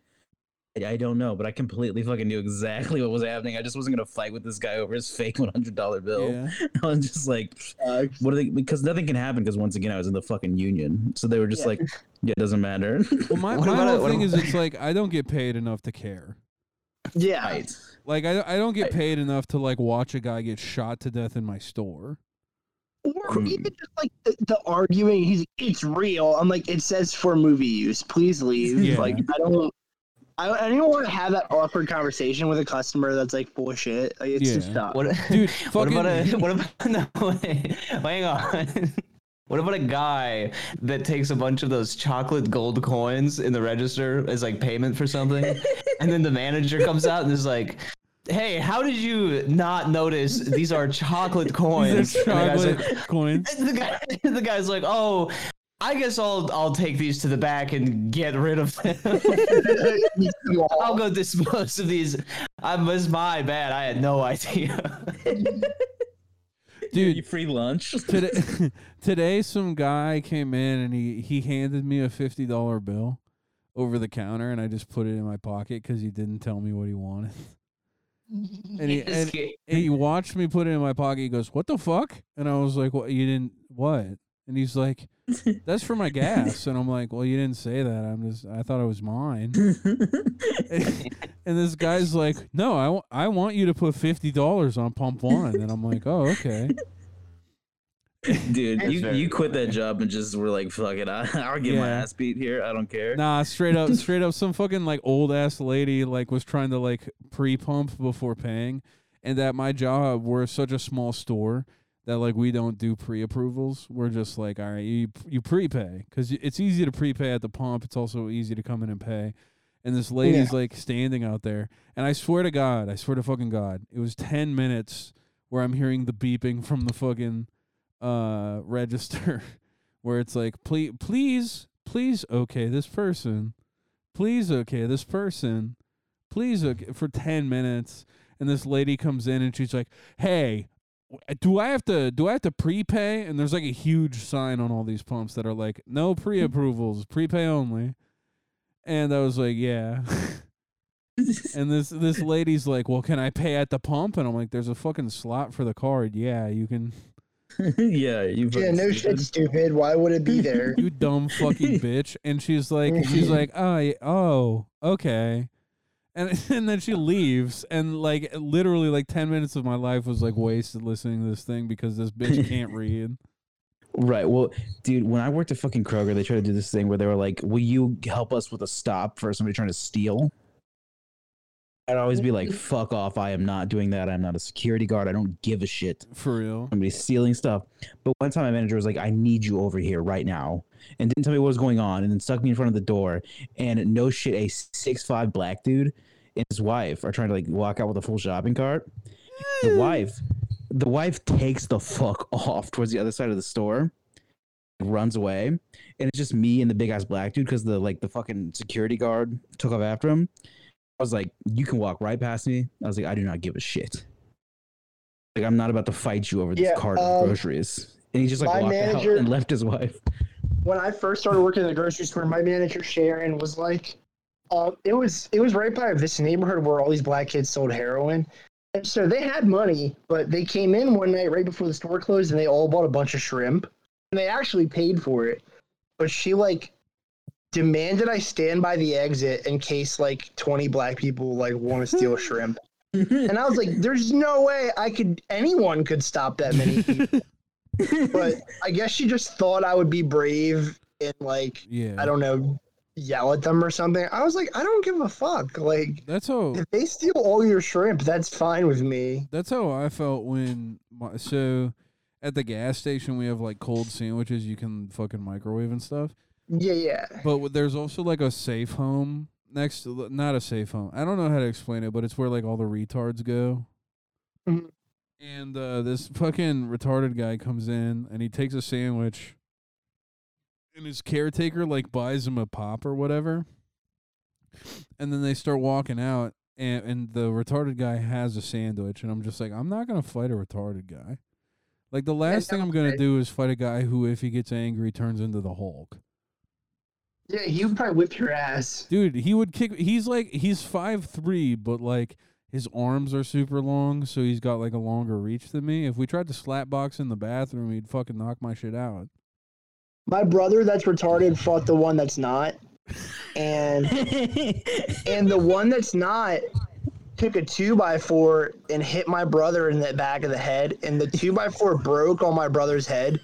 "I I don't know, but I completely fucking knew exactly what was happening. I just wasn't gonna fight with this guy over his fake one hundred dollar bill. Yeah. I was just like, Sucks. what are they? Because nothing can happen. Because once again, I was in the fucking union, so they were just Yeah. like, yeah, it doesn't matter. Well, my, What my about- whole what thing is, about- it's like I don't get paid enough to care. Yeah. right. Like I, I don't get paid enough to like watch a guy get shot to death in my store. Or Hmm. even just like the, the arguing, he's it's real. I'm like, it says for movie use. Please leave. Yeah. Like, I don't, I, I don't want to have that awkward conversation with a customer that's like bullshit. Like, it's just Yeah. tough. What, Dude, what fucking about a what about no wait, hang on. What about a guy that takes a bunch of those chocolate gold coins in the register as like payment for something? and then the manager comes out and is like, Hey, how did you not notice these are chocolate coins? These are And the guy's like- chocolate coins. the guy, the guy's like, "Oh, I guess I'll I'll take these to the back and get rid of them. I'll go dispose of these. I was my bad. I had no idea." Dude, free lunch. today today some guy came in and he he handed me a fifty dollar bill over the counter and I just put it in my pocket because he didn't tell me what he wanted. And he This and, kid- and he watched me put it in my pocket. He goes, "What the fuck?" And I was like, "What? You didn't what?" And he's like, "That's for my gas." And I'm like, "Well, you didn't say that. I'm just I thought it was mine." and this guy's like, "No, I wa- I want you to put fifty dollars on pump one." And I'm like, "Oh, okay." Dude, That's you, very you quit that job and just were like, fuck it, I, I'll get my Yeah. ass beat here. I don't care. Nah, straight up, straight up, some fucking like old ass lady like was trying to like pre pump before paying, and at my job we're such a small store that like we don't do pre approvals. We're just like, all right, you you prepay because it's easy to prepay at the pump. It's also easy to come in and pay. And this lady's like standing out there, and I swear to God, I swear to fucking God, it was ten minutes where I'm hearing the beeping from the fucking uh register where it's like please please please okay this person please okay this person please okay for 10 minutes and this lady comes in and she's like hey w- do I have to do I have to prepay and there's like a huge sign on all these pumps that are like no pre-approvals prepay only and I was like yeah and this this lady's like well can I pay at the pump and I'm like there's a fucking slot for the card yeah you can yeah, you yeah, fucking no shit, stupid. stupid. Why would it be there? you dumb fucking bitch. And she's like, she's like, oh, yeah, oh, okay. And, and then she leaves, and like literally, like ten minutes of my life was like wasted listening to this thing because this bitch can't read. Right. Well, dude, when I worked at fucking Kroger, they tried to do this thing where they were like, "Will you help us with a stop for somebody trying to steal?" I'd always be like, "Fuck off! I am not doing that. I'm not a security guard. I don't give a shit. For real, Somebody's stealing stuff." But one time, my manager was like, "I need you over here right now," and didn't tell me what was going on, and then stuck me in front of the door. And no shit, a six five black dude and his wife are trying to like walk out with a full shopping cart. Mm. The wife, the wife takes the fuck off towards the other side of the store runs away and it's just me and the big ass black dude because the like the fucking security guard took off after him i was like you can walk right past me i was like i do not give a shit like i'm not about to fight you over this Yeah, cart um, of groceries and he just like my walked manager- out and left his wife when I first started working in the grocery store, my manager Sharon was like, uh, it was it was right by this neighborhood where all these black kids sold heroin, and so they had money, but they came in one night right before the store closed, and they all bought a bunch of shrimp, and they actually paid for it, but she like demanded I stand by the exit in case like twenty black people like want to steal shrimp. And I was like, "There's no way I could. Anyone could stop that many people." but I guess she just thought I would be brave and like yeah. I don't know, yell at them or something. I was like, I don't give a fuck. Like, That's how if they steal all your shrimp, that's fine with me. That's how I felt when my so at the gas station we have like cold sandwiches you can fucking microwave and stuff. Yeah, yeah. But w- there's also like a safe home next to not a safe home. I don't know how to explain it, but it's where like all the retards go. Mhm. And uh, this fucking retarded guy comes in and he takes a sandwich, and his caretaker like buys him a pop or whatever. And then they start walking out, and and the retarded guy has a sandwich, and I'm just like, I'm not gonna fight a retarded guy. Like the last thing I'm gonna okay. do is fight a guy who, if he gets angry, turns into the Hulk. Yeah, he would probably whip your ass. Dude, he would kick. He's like he's five three, but like his arms are super long, so he's got like a longer reach than me. If we tried to slap box in the bathroom, he'd fucking knock my shit out. My brother that's retarded fought the one that's not. And and the one that's not took a two by four and hit my brother in the back of the head and the two by four broke on my brother's head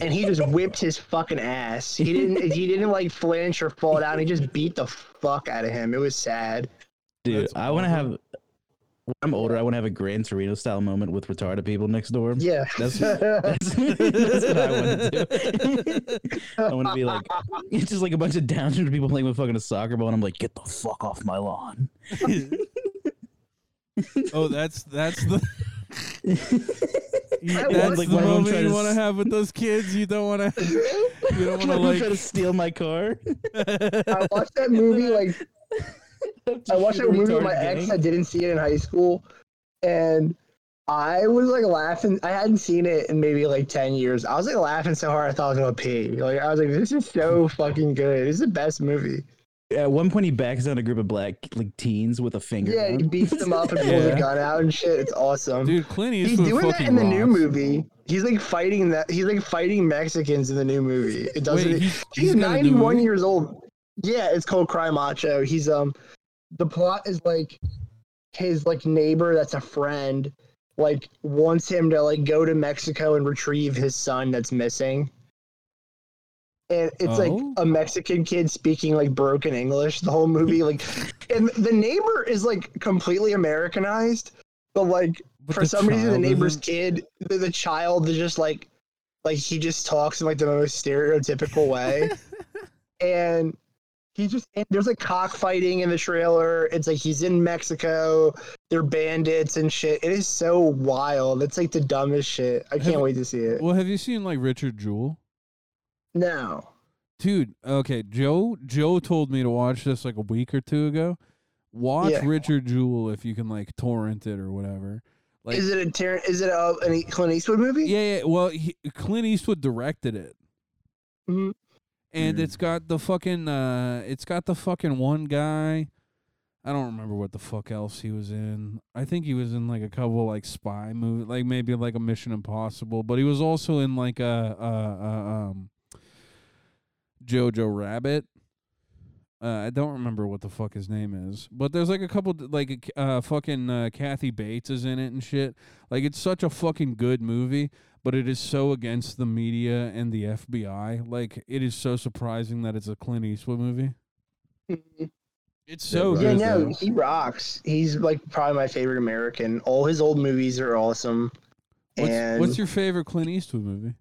and he just whipped his fucking ass. He didn't he didn't like flinch or fall down, he just beat the fuck out of him. It was sad. Dude, That's I want to awesome. have. When I'm older, I want to have a Gran Torino style moment with retarded people next door. Yeah. That's, that's, that's what I want to do. I want to be like, it's just like a bunch of downstream people playing with fucking a soccer ball, and I'm like, get the fuck off my lawn. Oh, that's that's the I that's was- the Like, why don't moment try you to want to s- have with those kids. You don't want to. You don't want try to to steal my car. like. I watched that movie like I watched that movie with my Retarded ex. gang. I didn't see it in high school, and I was like laughing. I hadn't seen it in maybe like ten years. I was like laughing so hard I thought I was gonna pee. Like I was like, this is so fucking good. This is the best movie. At one point, he backs down a group of black like teens with a finger. Yeah, he gun. beats them up and pulls Yeah. a gun out and shit. It's awesome. Dude, Clint He's Eastwood doing that fucking in the new rocks. movie. He's like fighting that. He's like fighting Mexicans in the new movie. It doesn't. Wait, he's, He's, he's got a new 91 movie? years old. Yeah, it's called Cry Macho. He's um the plot is like his like neighbor that's a friend like wants him to like go to Mexico and retrieve his son that's missing. And it's Oh. like a Mexican kid speaking like broken English the whole movie like and the neighbor is like completely Americanized but like But for the some reason the child neighbor's isn't? kid the, the child is just like like he just talks in like the most stereotypical way and he just and there's like cockfighting in the trailer it's like he's in mexico they're bandits and shit it is so wild it's like the dumbest shit i can't Have- wait to see it Well, have you seen like Richard Jewell? no dude okay joe joe told me to watch this like a week or two ago watch Yeah. richard jewell if you can like torrent it or whatever like is it a Tar- is it a an E- clint eastwood movie yeah, yeah well he, clint eastwood directed it Mhm. and Mm. it's got the fucking uh it's got the fucking one guy i don't remember what the fuck else he was in i think he was in like a couple like spy movie like maybe like a mission impossible but he was also in like a uh, uh um jojo rabbit uh, I don't remember what the fuck his name is, but there's like a couple d- like uh fucking uh, Kathy Bates is in it and shit. Like it's such a fucking good movie, but it is so against the media and the FBI. Like it is so surprising that it's a Clint Eastwood movie. Mhm. It's so yeah good. no though. he rocks he's like probably my favorite american all his old movies are awesome What's, and what's your favorite Clint Eastwood movie?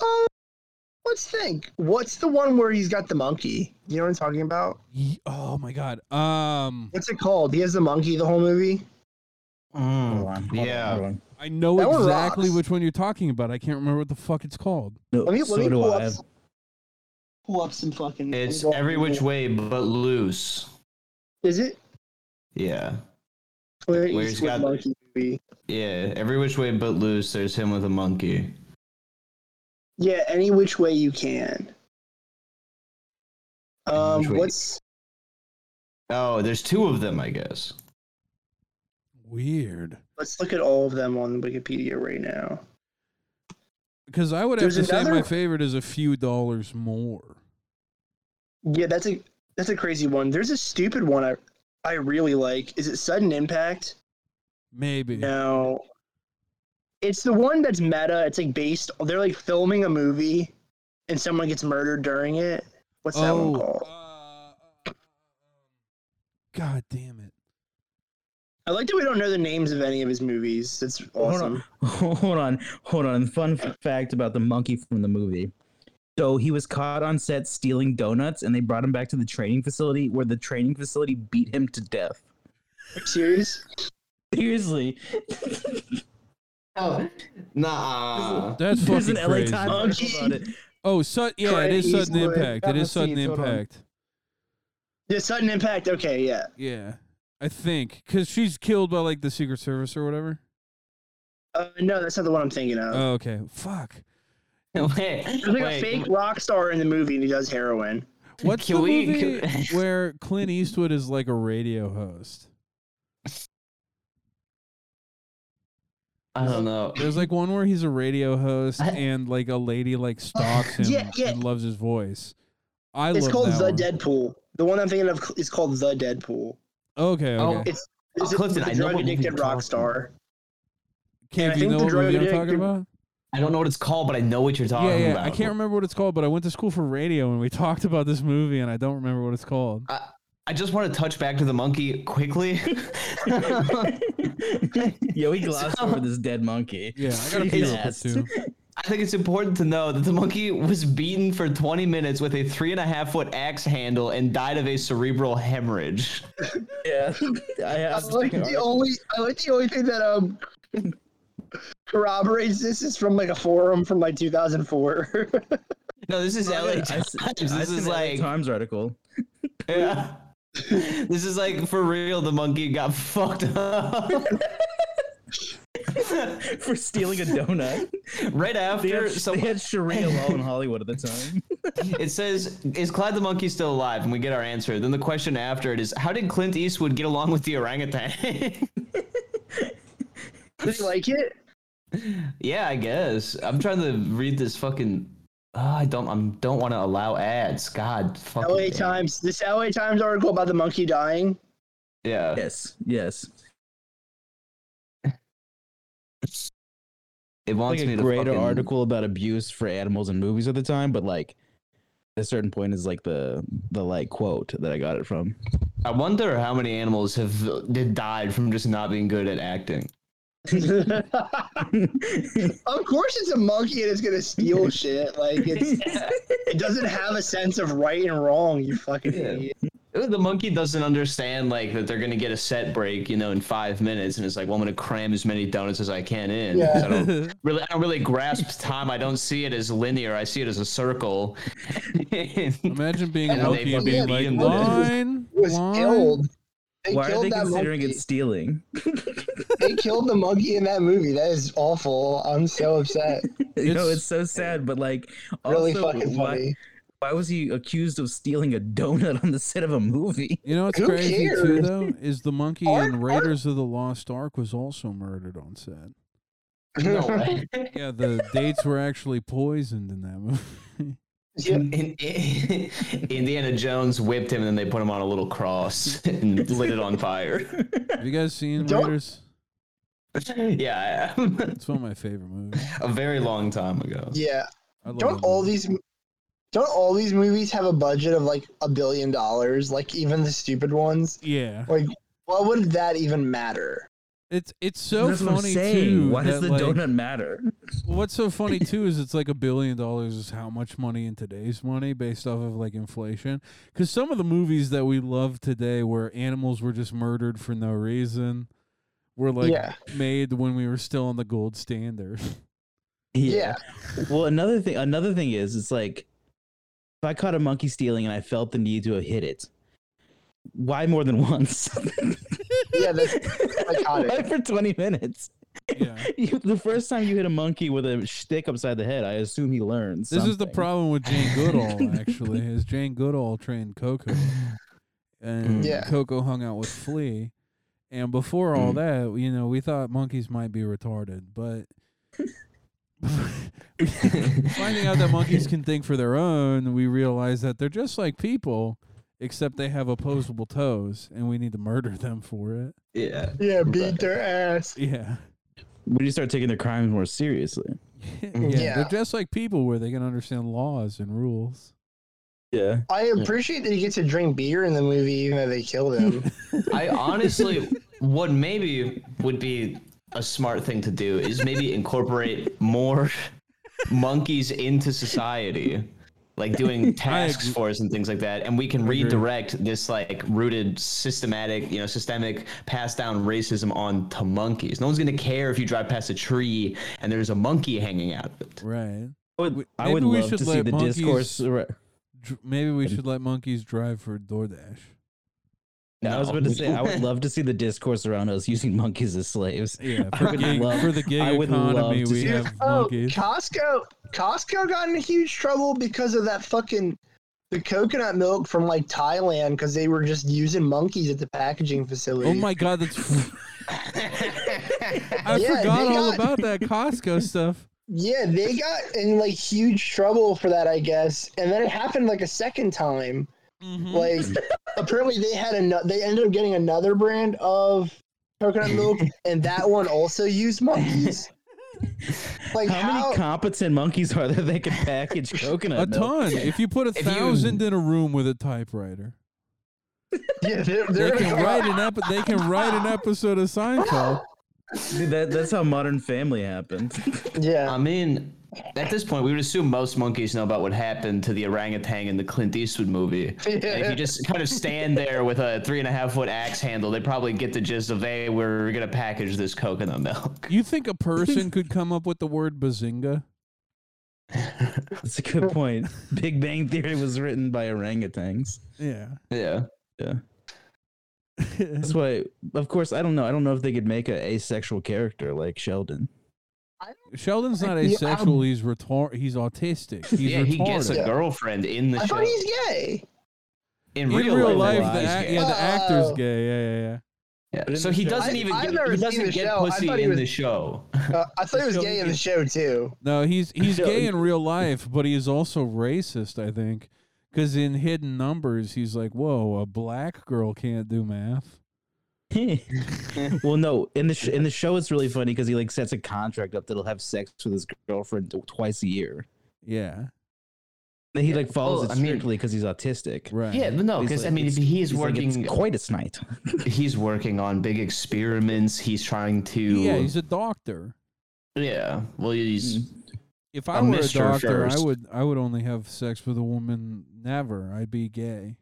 Uh, let's think. What's the one where he's got the monkey? You know what I'm talking about? Ye- oh my god. Um, What's it called? He has the monkey the whole movie. Hold on, hold on, yeah. hold on. I know That one exactly rocks. which one you're talking about. I can't remember what the fuck it's called. No, Let me so let me do pull I. up. some- Pull up some fucking. let me It's go on every which Google. way but loose. Is it? Yeah. Clint Where he's Eastwood got- monkey movie. Yeah. Every which way but loose, there's him with a monkey. Yeah, any which way you can. Um, Which way- what's Oh, there's two of them, I guess. Weird. let's look at all of them on Wikipedia right now. Because I would There's have to say my another- favorite is a few dollars more. Yeah, that's a that's a crazy one. There's a stupid one I I really like. Is it Sudden Impact? Maybe. No. It's the one that's meta. It's like based. They're like filming a movie, and someone gets murdered during it. What's that oh, one called? uh, God damn it! I like that we don't know the names of any of his movies. That's Oh, on. awesome. hold on, hold on. Fun f- fact about the monkey from the movie. So he was caught on set stealing donuts, and they brought him back to the training facility, where the training facility beat him to death. Serious? Seriously, Oh, nah. That's there's fucking an LA crazy. Times article about it. Oh, sud- yeah, it is Crazy sudden word. impact. It Double is sudden C's, hold on. impact. Yeah, sudden impact. Okay, yeah. Yeah, I think because she's killed by like the Secret Service or whatever. Uh, no, that's not the one I'm thinking of. Oh, okay. Fuck. Wait, There's like a Uh, wait. fake rock star in the movie and he does heroin. What's Can the we- movie can- where Clint Eastwood is like a radio host? I don't know. There's like one where he's a radio host I- and like a lady like stalks him Yeah, yeah. and loves his voice. I It's love called that The one. Deadpool. The one I'm thinking of is called The Deadpool. Okay, Oh, okay. It's Oh, it's a Clifton, I know drug what movie addicted you're rock talking star. Can I Cam, you think know the what movie I'm drug talking addicted- about? I don't know what it's called, but I know what you're talking Yeah, yeah. about. I can't remember what it's called, but I went to school for radio and we talked about this movie and I don't remember what it's called. I just want to touch back to the monkey quickly. Yo, we glossed So- over this dead monkey. Yeah, I gotta pee Pretty real quick fast. too. I think it's important to know that the monkey was beaten for 20 minutes with a three and a half foot axe handle and died of a cerebral hemorrhage. Yeah, I I have like the only I like the only thing that um corroborates this is from like a forum from like 2004. No, this is LA I, Times. I, This is like like, Times article. yeah. this is like for real. The monkey got fucked up for stealing a donut. right They after had, they someone. had Sharia law in Hollywood at the time. It says, "Is Clyde the monkey still alive?" And we get our answer. Then the question after it is, "How did Clint Eastwood get along with the orangutan?" Did you like it? yeah, I guess. I'm trying to read this fucking. Oh, I don't. I'm don't want to allow ads. God, fucking. LA damn. Times. This LA Times article about the monkey dying. Yeah. Yes, yes. It wants like me a to greater fucking- article about abuse for animals in movies at the time, but like at a certain point is like the the like quote that I got it from. I wonder how many animals have did died from just not being good at acting. of course, it's a monkey and it's gonna steal shit. Like it's, it doesn't have a sense of right and wrong. You fucking Yeah. idiot. The monkey doesn't understand like that they're gonna get a set break, you know, in five minutes, and it's like, well, I'm gonna cram as many donuts as I can in. 'cause I don't really, I don't really grasp time. I don't see it as linear. I see it as a circle. Imagine being And they lucky and fucking being beat like him to death. line, It was line. killed. They Why are killed they that considering monkey. it stealing? They killed the monkey in that movie. That is awful. I'm so upset. You know, It's- it's so sad, but like also, Really fucking why, funny. why was he accused of stealing a donut on the set of a movie? You know what's Who crazy too cares? though is the monkey Art- in art- Raiders of the Lost Ark was also murdered on set. no way. Yeah, the dates were actually poisoned in that movie. Yeah. In- in- Indiana Jones whipped him, and then they put him on a little cross and lit it on fire. Have you guys seen Don't- Raiders? yeah, It's one of my favorite movies. a very long time ago. Yeah. I love Don't that all movie. these don't all these movies have a budget of like a billion dollars? Like even the stupid ones. Yeah, Like why would that even matter? it's it's so That's funny what I'm saying. too. Why does that, the like, donut matter? What's so funny too is it's like a billion dollars is how much money in today's money based off of like inflation. Because some of the movies that we love today, where animals were just murdered for no reason, were like Yeah. made when we were still on the gold standard. Yeah. well, another thing. Another thing is, it's like if I caught a monkey stealing and I felt the need to have hit it, why more than once? Yeah, that's psychotic. Why for twenty minutes? yeah. You, the first time you hit a monkey with a stick upside the head, I assume he learns. This is the something. problem with Jane Goodall, actually, is Jane Goodall trained Coco. And Yeah. Coco hung out with Flea. And before all that, you know, we thought monkeys might be retarded, but finding out that monkeys can think for their own, we realize that they're just like people, except they have opposable toes, and we need to murder them for it. Yeah. Yeah, beat their ass. Yeah. When you start taking their crimes more seriously. yeah. Yeah. They're just like people where they can understand laws and rules. Yeah. I appreciate that he gets to drink beer in the movie, even though they killed him. I honestly, what maybe would be a smart thing to do is maybe incorporate more monkeys into society, like doing tasks agree. for us and things like that, and we can redirect this like rooted systematic, you know, systemic passed down racism on to monkeys. No one's gonna care if you drive past a tree and there's a monkey hanging out of it. Right. I would, We- I maybe would we love should to see let the monkeys- discourse. ar- Dr- maybe we should let monkeys drive for DoorDash. I was No. about to say I would love to see the discourse around us using monkeys as slaves. Yeah, I for, would gig, love- for the gig I would love economy, to we see- have oh, monkeys. Costco! Costco got in huge trouble because of that fucking the coconut milk from like Thailand because they were just using monkeys at the packaging facility. Oh my god, that's I Yeah, forgot they all got- about that Costco stuff. Yeah, they got in like huge trouble for that, I guess. And then it happened like a second time. Mm-hmm. Like apparently they had another. They ended up getting another brand of coconut milk, and that one also used monkeys. Like How, how? many competent monkeys are there that can package coconut A milk? ton. If you put a If you- thousand in a room with a typewriter, yeah, they're, they they're can write an ep- They can write an episode of Seinfeld. Dude, that, that's how Modern Family happened. yeah. I mean, at this point, we would assume most monkeys know about what happened to the orangutan in the Clint Eastwood movie. And if you just kind of stand there with a three and a half foot axe handle, they probably get the gist of, hey, we're going to package this coconut milk. You think a person could come up with the word bazinga? That's a good point. Big Bang Theory was written by orangutans. Yeah. Yeah. That's why, of course, I don't know. I don't know if they could make a asexual character like Sheldon. Sheldon's not Yeah, um, asexual. He's retard. He's autistic. He's yeah, retarded. he gets a Yeah. girlfriend in the I show. thought he's gay. in, in real, life, the he's act, gay. yeah, the actor's Oh. gay. Yeah, yeah, yeah. Yeah. But in So the he show- doesn't I- even I've get, never he seen doesn't the get show. I pussy thought he in was- the show. Uh, I thought he was Sheldon gay in the show too. No, he's he's Sheldon- gay in real life, but he is also racist. I think because in Hidden Numbers, he's like, "Whoa, a black girl can't do math." well, no, in the sh- in the show, it's really funny because he like sets a contract up that he'll have sex with his girlfriend t- twice a year. Yeah, And he like follows it Well, I mean- strictly because he's autistic. right. Yeah, but no, He's because like, I mean, it's- he is He's like, working. it's quite a snite. he's working on big experiments. He's trying to. yeah, he's Mm. a doctor. yeah. Well, he's If I A were a mister doctor, I first. would I would only have sex with a woman. Never. I'd be gay.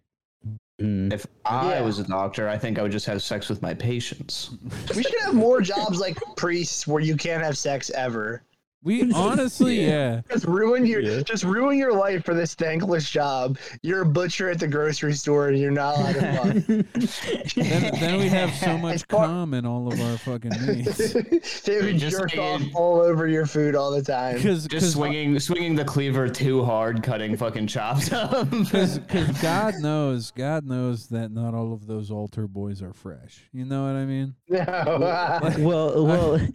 Mm. If I Yeah. was a doctor, I think I would just have sex with my patients. We should have more jobs like priests where you can't have sex ever. We honestly, yeah. Just ruin your Yeah. just ruin your life for this thankless job. You're a butcher at the grocery store and you're not allowed to fuck. Then, then we have so much far- cum in all of our fucking meats. they would Just jerk off saying. all over your food all the time. Because Just swinging, swinging the cleaver too hard, cutting fucking chops up. Because God knows, God knows that not all of those altar boys are fresh. You know what I mean? No. well, well,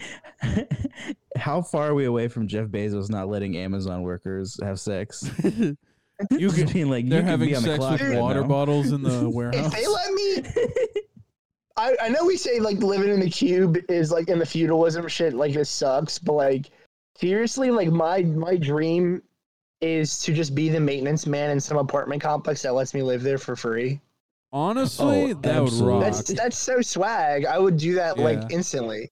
how far are we away from Jeff Bezos not letting Amazon workers have sex? You Just could, being like, they're you could be having on the sex clock with right water now. bottles in the if warehouse. they let Oh, me I, I know we say like living in the cube is like in the feudalism shit like this sucks but like seriously like my my dream is to just be the maintenance man in some apartment complex that lets me live there for free Honestly, Oh, that would absolutely. rock. that's that's so swag i would do that Yeah. like instantly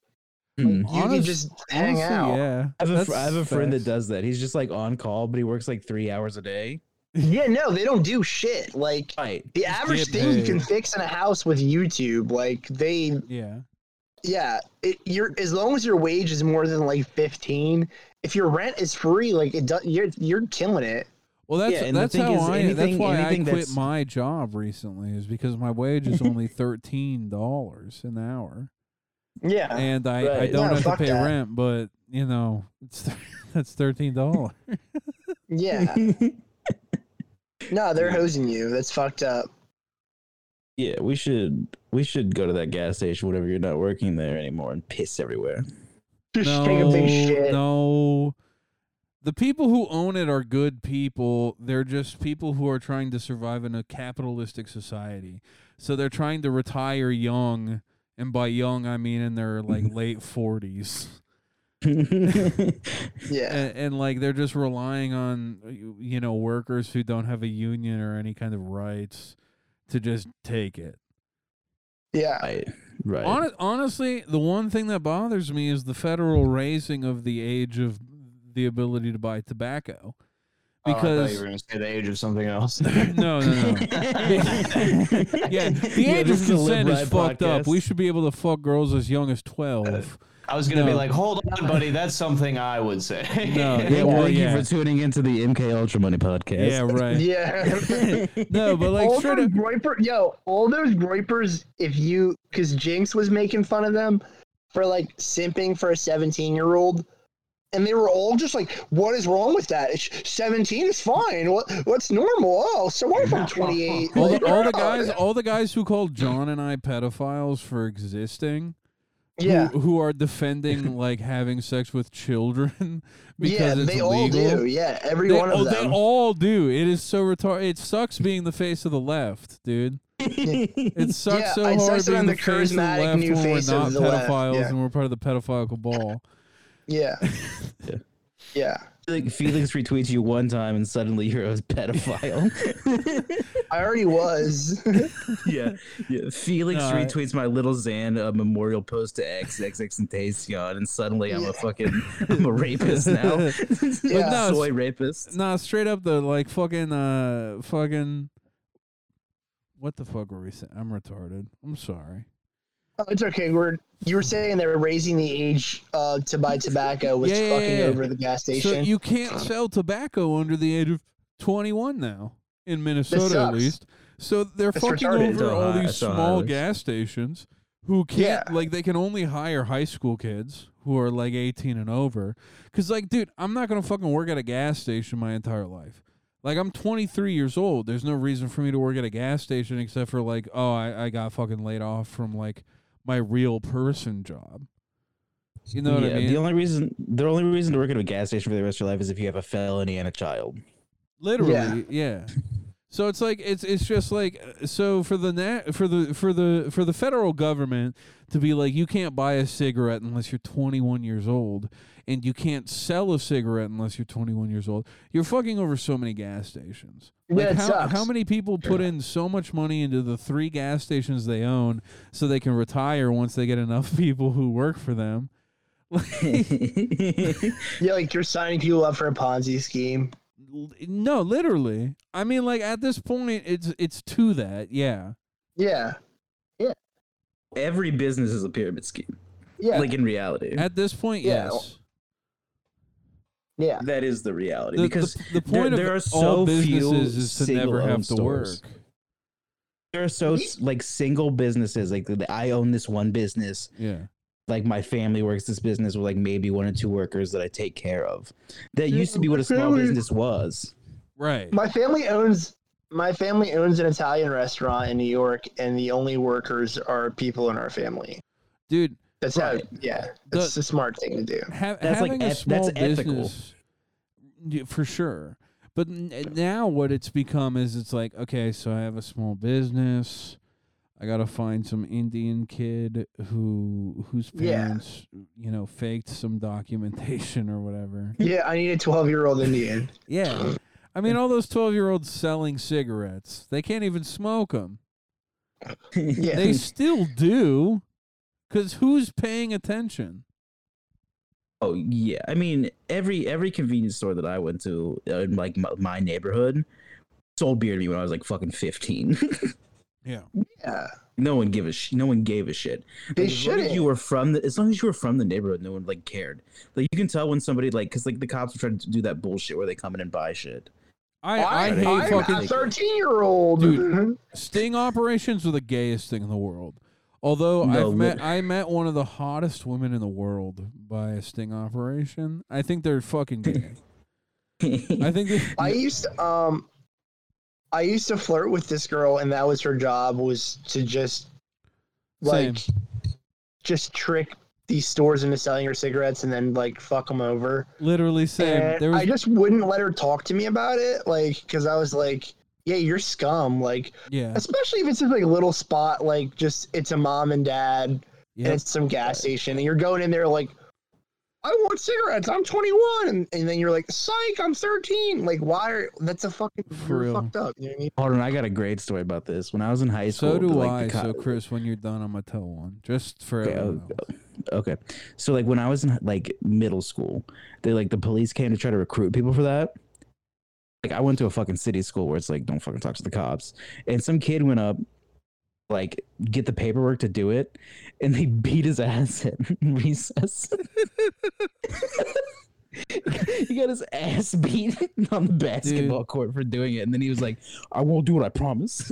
Hmm. you can Honest- just hang Honestly, out Yeah, I have, a That's fr- I have a friend that facts. does that. He's just like on call, but he works like three hours a day. yeah no they don't do shit like Right. the average get thing you paid. can fix in a house with youtube like they Yeah, Yeah, it, you're as long as your wage is more than like fifteen. If your rent is free, like it, do, you're you're killing it. Well, that's Yeah, and the that's thing how is, I. that's anything- why I anything quit that's- my job recently is because my wage is only thirteen dollars an hour, Yeah, and I, I Right. don't Ah, No, have to fuck pay that. rent. But you know, it's th- that's thirteen dollars. yeah. no, they're hosing you. That's fucked up. Yeah, we should we should go to that gas station whenever you're not working there anymore and piss everywhere. Just no, take a big shit. no. The people who own it are good people. They're just people who are trying to survive in a capitalistic society. So they're trying to retire young, and by young I mean in their like late forties. Yeah. and, and like they're just relying on you- you know workers who don't have a union or any kind of rights to just take it. Yeah. right. Right. Hon- honestly, the one thing that bothers me is the federal raising of the age of the ability to buy tobacco. Oh, I thought Because you were gonna say the age of something else. no, no, no. Yeah, the Yeah, age this is of a live consent is right fucked up. podcast. We should be able to fuck girls as young as twelve. I was gonna be No. like, hold on, buddy, that's something I would say. No, yeah, Yeah, well, thank yeah. you for tuning into the MK Ultra Money podcast. yeah, right. Yeah. No, but like all straight those up, Groiper, yo, all those Groypers, if you, because Jinx was making fun of them for like simping for a 17 year old. And they were all just like, what is wrong with that? It's 17 is fine. What What's normal? Oh, so what if I'm 28? all the, all the guys, all the guys who called John and I pedophiles for existing, who- Yeah. who, are defending like having sex with children because Yeah, it's they illegal. all do. Yeah, every They, one of oh, they them. all do. It is so retarded. It sucks being the face of the left, dude. It sucks Yeah, so it hard sucks that being I'm the, the face of the charismatic left new when face we're of not the left, pedophiles yeah. and we're part of the pedophile cabal. yeah. Yeah. Yeah. Like Felix retweets you one time and suddenly you're a pedophile. I already was. yeah, yeah. Felix No, I- retweets my little Xan uh, memorial post to XXX and Tayshawn, and suddenly I'm a fucking I'm a rapist now. Yeah. no, Soy rapist. Nah, straight up the like fucking uh fucking what the fuck were we saying? I'm retarded. I'm sorry. Oh, it's okay. We're you were saying they were raising the age uh, to buy tobacco was Yeah, yeah, fucking yeah. over the gas station. Uh, So you can't sell tobacco under the age of 21 now in Minnesota at sucks. least. So they're It's retarded. fucking over It's all Ohio- these it's Ohio, small it's- gas stations who can't Yeah. like they can only hire high school kids who are like 18 and over cuz like dude, I'm not going to fucking work at a gas station my entire life. Like I'm 23 years old. There's no reason for me to work at a gas station except for like, oh, I, I got fucking laid off from like my real person job. You know what yeah, I mean? the only reason the only reason to work at a gas station for the rest of your life is if you have a felony and a child. Literally, yeah. So it's like it's it's just like uh, so for the nat for the for the for the federal government to be like you can't buy a cigarette unless you're 21 years old and you can't sell a cigarette unless you're 21 years old. You're fucking over so many gas stations. Yeah, it how, sucks. how many people put in so much money into the three gas stations they own so they can retire once they get enough people who work for them? yeah, like you're signing people up for a Ponzi scheme. L- No, literally. I mean like at this point it's it's to that. Yeah. Yeah, Every business is a pyramid scheme. yeah, Like in reality. At this point, Yeah, yes. yeah. that is the reality. The, because the, the point there of are all so few businesses is to never single-owned have to stores. work. there are so like single businesses. Like I own this one business. Yeah. Like my family works this business with like maybe one or two workers that I take care of. That used to be what a small Really? business was. Right. My family owns my family owns an Italian restaurant in New York, and the only workers are people in our family. Dude, That's Right. how. Yeah, that's The- a smart thing to do. ha- That's like having a eth- small that's ethical. business y- for sure. But n- now what it's become is it's like, okay, so I have a small business. I got to find some Indian kid who whose Yeah. parents, you know, faked some documentation or whatever. Yeah, I need a 12 year old Indian. Yeah. I mean, all those 12 year olds selling cigarettes, they can't even smoke them. Yeah, They still do. Because who's paying attention? Oh yeah, I mean every every convenience store that I went to uh, in like my, my neighborhood sold beer to me when I was like fucking fifteen. Yeah. yeah. no one give a sh- no one gave a shit. They Like, as long as shouldn't. You were from the as long as you were from the neighborhood, no one like cared. Like you can tell when somebody like because like the cops are trying to do that bullshit where they come in and buy shit. I, I, hate I'm fucking a 13 year old. Dude. sting operations are the gayest thing in the world. Although No, I've lit- met I met one of the hottest women in the world by a sting operation. I think they're fucking gay. I think they, I used to, um, I used to flirt with this girl, and that was her job was to just like just trick these stores into selling her cigarettes and then like fuck them over. literally same. And There was I just wouldn't let her talk to me about it, like because I was like, yeah, you're scum, like yeah. especially if it's just like a little spot, like just it's a mom and dad yeah. and it's some gas station, and you're going in there like. I want cigarettes. I'm 21, and, and then you're like, psych, I'm 13. Like, why are that's a fucking For you're real. fucked up. You know what I mean? Hold on, I got a great story about this. When I was in high school, So do like, I. the co- so Chris, when you're done, I'm gonna tell one just for Okay, everyone I'll- else. okay, so like when I was in like middle school, they like the police came to try to recruit people for that. Like I went to a fucking city school where it's like don't fucking talk to the cops, and some kid went up, like get the paperwork to do it, and they beat his ass at recess. he got his ass beat on the basketball court for doing it, and then he was like, "I won't do what I promise."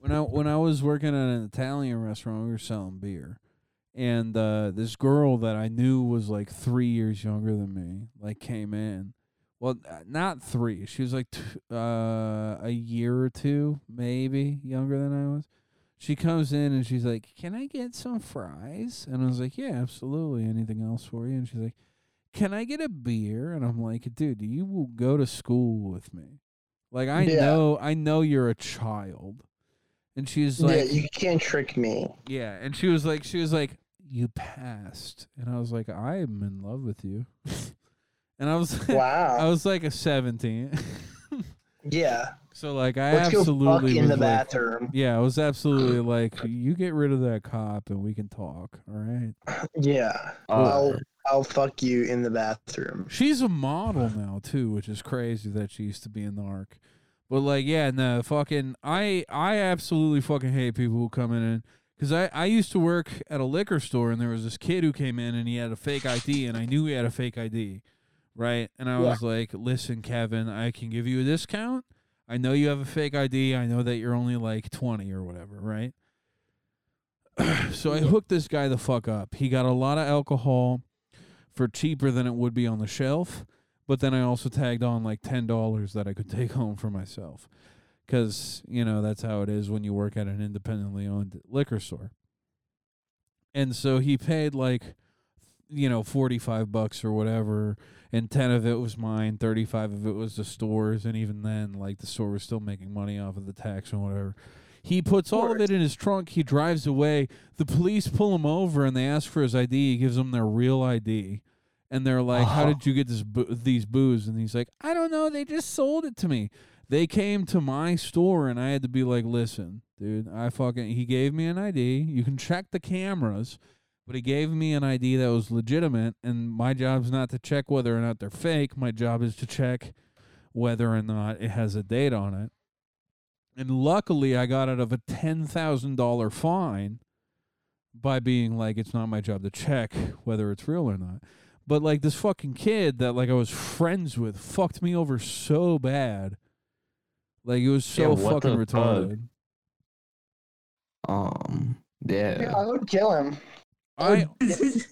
When I when I was working at an Italian restaurant, we were selling beer, and uh, this girl that I knew was like three years younger than me, like came in. Well, uh, not three. She was like t- uh, a year or two, maybe younger than I was. She comes in and she's like, "Can I get some fries?" And I was like, "Yeah, absolutely. Anything else for you?" And she's like, "Can I get a beer?" And I'm like, "Dude, you will go to school with me. Like I Yeah. know, I know you're a child." And she's yeah, like, you can't trick me. yeah, and she was like, she was like, you passed, and I was like, I am in love with you, and I was, I Wow. was like a seventeen, yeah. so like I Let's go absolutely fuck in was the like, bathroom. yeah, I was absolutely like, you get rid of that cop and we can talk, all right? Yeah. I'll I'll fuck you in the bathroom. She's a model now too, which is crazy that she used to be in the arc. But like, yeah, no, fucking, I I absolutely fucking hate people who come in and because I I used to work at a liquor store and there was this kid who came in and he had a fake ID and I knew he had a fake ID, right? And I was like, listen, Kevin, I can give you a discount. I know you have a fake ID. I know that you're only like twenty or whatever, right? so I hooked this guy the fuck up. He got a lot of alcohol for cheaper than it would be on the shelf. But then I also tagged on like ten dollars that I could take home for myself, because you know that's how it is when you work at an independently owned liquor store. And so he paid like, you know, forty five bucks or whatever, and ten of it was mine, thirty five of it was the stores, and even then, like the store was still making money off of the tax and whatever. He puts all of course. it in his trunk. He drives away. The police pull him over and they ask for his ID. He gives them their real ID, and they're like, "How Oh. did you get this boo these booze?" And he's like, "I don't know. They just sold it to me. They came to my store, and I had to be like, listen, dude, I fucking." He gave me an ID. You can check the cameras, but he gave me an ID that was legitimate. And my job's not to check whether or not they're fake. My job is to check whether or not it has a date on it. And luckily, I got out of a ten thousand dollar fine by being like, it's not my job to check whether it's real or not. But like this fucking kid that like I was friends with fucked me over so bad. Like it was so Yeah, what fucking the fuck? retarded. Um, yeah. Yeah, I would kill him. I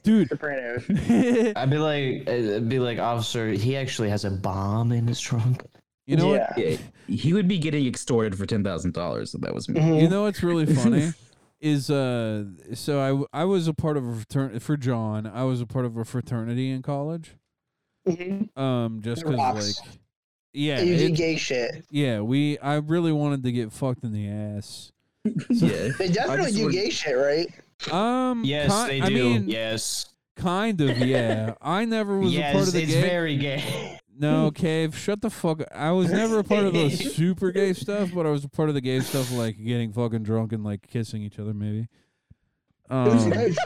dude Sopranos. you I'd be like, I'd be like, officer, he actually has a bomb in his trunk. know yeah. Yeah, he would be getting extorted for ten thousand dollars if that was me. what you know what's really funny is uh so I w- I was a part of a fraternity for John, I was a part of a fraternity in college. Mhm. Um just It cuz rocks. like yeah, you it- do gay shit. Yeah, we. I really wanted to get fucked in the ass. Yeah. They definitely just do would- gay shit, right? Um. Yes, ki- they do. I mean, yes. kind of. Yeah, I never was yes, a part of the it's gay. very gay. no, cave. Shut the fuck. up. I was never a part of the super gay stuff, but I was a part of the gay stuff, like getting fucking drunk and like kissing each other, maybe. It's Um, good.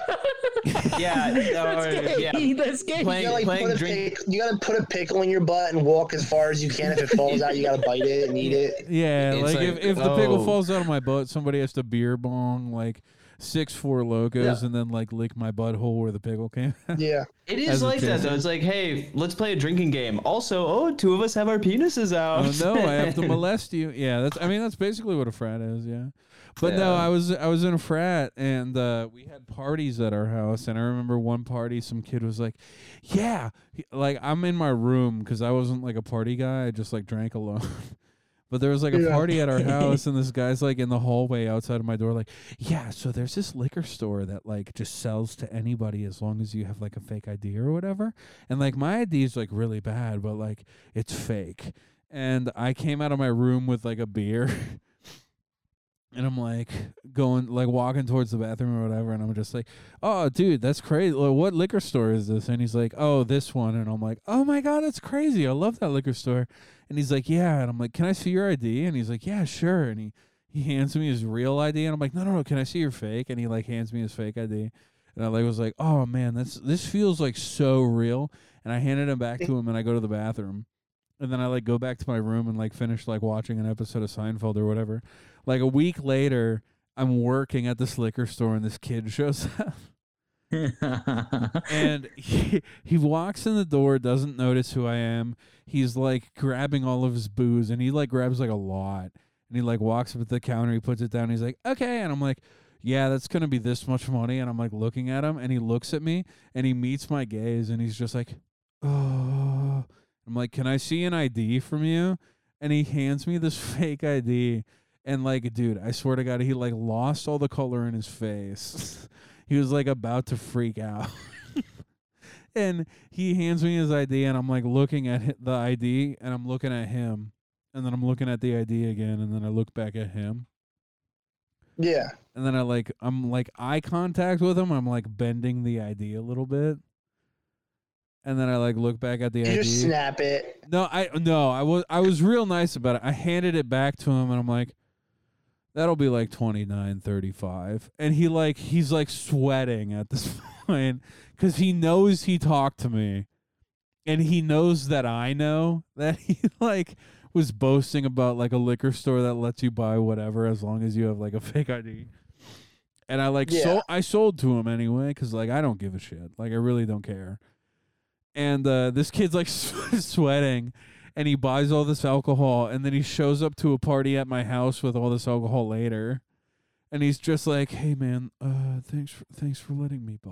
yeah, or, yeah. That's gay. You Playing, gotta, like, playing put a drink. pick, you gotta put a pickle in your butt and walk as far as you can. If it falls out, you gotta bite it and eat it. yeah, It's like, if like, if the pickle oh. falls out of my butt, somebody has to beer bong like six four locos and then like lick my butthole where the pickle came. Yeah. It as is a like that kid. though. It's like, hey, let's play a drinking game. Also, oh, two of us have our penises out. Oh no, I have to molest you. Yeah, that's. I mean, that's basically what a frat is. Yeah, but no, Yeah. I was I was in a frat and uh, we had parties at our house, and I remember one party, some kid was like, "Yeah, he- like I'm in my room because I wasn't like a party guy. I just like drank alone." But there was like a Yeah. party at our house, and this guy's like in the hallway outside of my door, like, yeah. So there's this liquor store that like just sells to anybody as long as you have like a fake ID or whatever. And like my ID is like really bad, but like it's fake. And I came out of my room with like a beer. and I'm like going like walking towards the bathroom or whatever, and I'm just like, "Oh, dude, that's crazy! Like, what liquor store is this?" And he's like, "Oh, this one," and I'm like, "Oh my god, that's crazy! I love that liquor store." And he's like, "Yeah," and I'm like, "Can I see your ID?" And he's like, "Yeah, sure." And he he hands me his real ID, and I'm like, "No, no, no, can I see your fake?" And he like hands me his fake ID, and I like was like, "Oh man, that's this feels like so real." And I handed him back to him, and I go to the bathroom. And then I like go back to my room and like finish like watching an episode of Seinfeld or whatever like a week later i'm working at this liquor store and this kid shows up and he, he walks in the door doesn't notice who i am he's like grabbing all of his booze and he like grabs like a lot and he like walks up at the counter he puts it down he's like okay and i'm like yeah that's gonna be this much money and i'm like looking at him and he looks at me and he meets my gaze and he's just like oh i'm like can i see an id from you and he hands me this fake id and like, dude, I swear to God, he like lost all the color in his face. he was like about to freak out. and he hands me his ID, and I'm like looking at hi- the ID, and I'm looking at him, and then I'm looking at the ID again, and then I look back at him, Yeah. and then I like I'm like eye contact with him. I'm like bending the ID a little bit, and then I like look back at the You ID. just snap it. No, I no, I was I was real nice about it. I handed it back to him and I'm like that'll be like 29.35 and he like he's like sweating at this point cuz he knows he talked to me and he knows that I know that he like was boasting about like a liquor store that lets you buy whatever as long as you have like a fake ID. And I like Yeah. so I sold to him anyway cuz like I don't give a shit. Like I really don't care and uh, this kid's like sweating and he buys all this alcohol and then he shows up to a party at my house with all this alcohol later and he's just like hey man uh thanks for thanks for letting me buy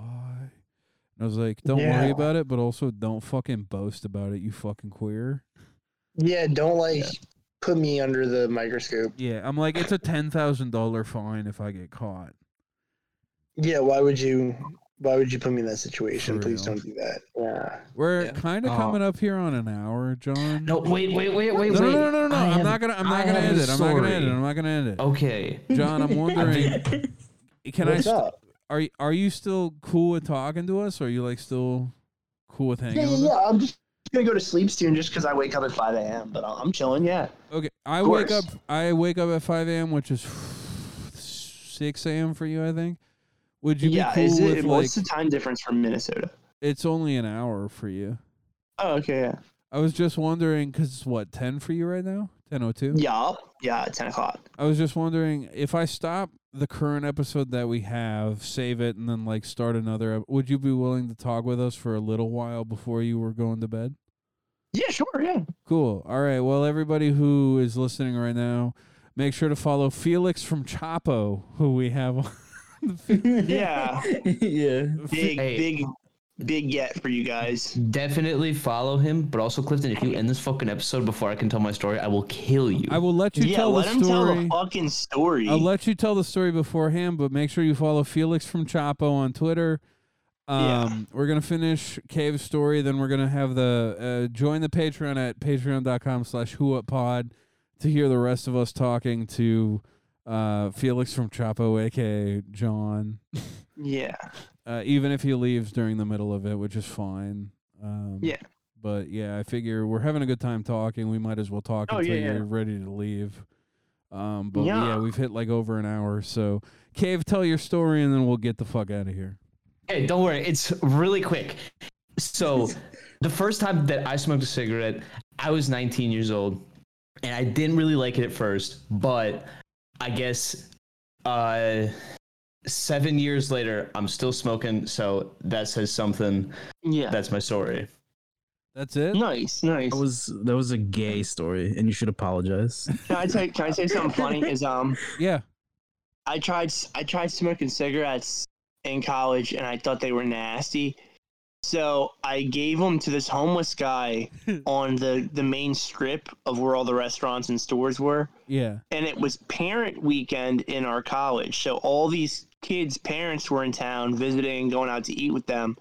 and i was like don't worry Yeah. about it but also don't fucking boast about it you fucking queer Yeah, don't like put me under the microscope. yeah i'm like it's a $10000 fine if i get caught Yeah, why would you why would you put me in that situation? For Please real. don't do that. Yeah. we're Yeah. kind of Oh. coming up here on an hour john No, wait, wait, wait, wait, no, no, wait. no, no, no, no. I I'm have- not gonna. I'm I not Oh. gonna have end a it. I'm not gonna end it. story. I'm not gonna end it. Okay. John, I'm wondering. Can What's I? st- up? are y- are you still cool with talking to us? Or are you like still cool with hanging? Yeah, yeah, with yeah. I'm just gonna go to sleep soon just because I wake up at five AM, but I'll- I'm chilling, yeah. Us? Okay, I Of wake up. course. I wake up at five a.m., which is six a.m. for you, I think. Would you yeah, be cool is with it like? what's the time difference from Minnesota? It's only an hour for you. Oh, okay, yeah. I was just wondering, cause it's what ten for you right now? Ten o two. Yeah, yeah, ten o'clock. I was just wondering if I stop the current episode that we have, save it, and then like start another. ep- Would you be willing to talk with us for a little while before you were going to bed? Yeah, sure, yeah. Cool. All right. Well, everybody who is listening right now, make sure to follow Felix from Chapo, who we have. on the feed. Yeah. yeah. Big, Hey. big, big get for you guys. Definitely follow him, but also Clifton, if you end this fucking episode before I can tell my story, I will kill you. I will let you yeah, tell let the him tell the story. fucking story. I'll let you tell the story beforehand, but make sure you follow Felix from Chapo on Twitter. Yeah. Um, We're gonna finish Cave's story, then we're gonna have the uh, join the Patreon at patreon.com/slash Pod to hear the rest of us talking to uh, Felix from Chapo, aka John. yeah. uh, even if he leaves during the middle of it, which is fine. Um, Yeah. But yeah, I figure we're having a good time talking. We might as well talk Oh, until yeah, yeah. you're ready to leave. Um, but yeah. Yeah. we've hit like over an hour. So, Cave, tell your story and then we'll get the fuck out of here. Hey, don't worry. It's really quick. So, the first time that I smoked a cigarette, I was 19 years old, and I didn't really like it at first. But I guess uh, seven years later, I'm still smoking. So that says something. Yeah. That's my story. That's it. nice, nice. That was that was a gay story, and you should apologize. Can I tell? Can I say something funny? Is um, Yeah. I tried I tried smoking cigarettes in college, and I thought they were nasty, so I gave them to this homeless guy on the the main strip of where all the restaurants and stores were. Yeah. and it was parent weekend in our college. So all these kids' parents were in town visiting, going out to eat with them.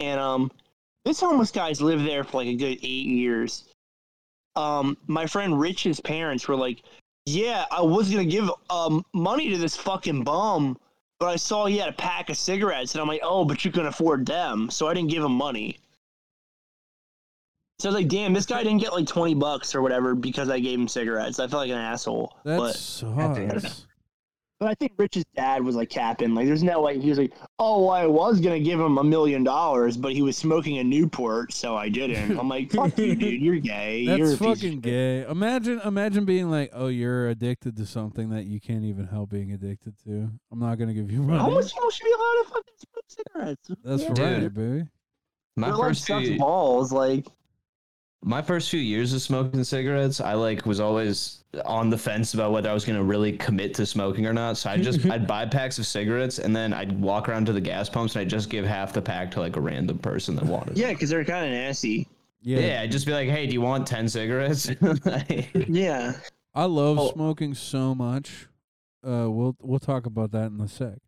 And um this homeless guy's lived there for like a good eight years. Um, my friend Rich's parents were like, yeah, I was gonna give um money to this fucking bum, but I saw he had a pack of cigarettes, and I'm like, oh, but you can afford them, so I didn't give him money. So I was like, damn, this guy didn't get like twenty bucks or whatever because I gave him cigarettes. I felt like an asshole. That but sucks. but I think Rich's dad was like capping. Like, there's no way he was like, oh, well, I was gonna give him a million dollars, but he was smoking a Newport, so I didn't. I'm like, fuck you, dude, you're gay. That's you're a piece of fucking gay. Imagine, imagine being like, "Oh, you're addicted to something that you can't even help being addicted to." I'm not gonna give you How money. much people should be allowed to fucking smoke cigarettes? That's yeah. right, Dude. baby. My Real life first sucks few, balls. Like, my first few years of smoking cigarettes, I like was always on the fence about whether I was going to really commit to smoking or not. So I just I'd buy packs of cigarettes and then I'd walk around to the gas pumps and I'd just give half the pack to like a random person that wanted. yeah, because they're kind of nasty. Yeah, Yeah, I'd just be like, "Hey, do you want ten cigarettes?" Like, Yeah. I love Oh. smoking so much. Uh, we'll we'll talk about that in a sec.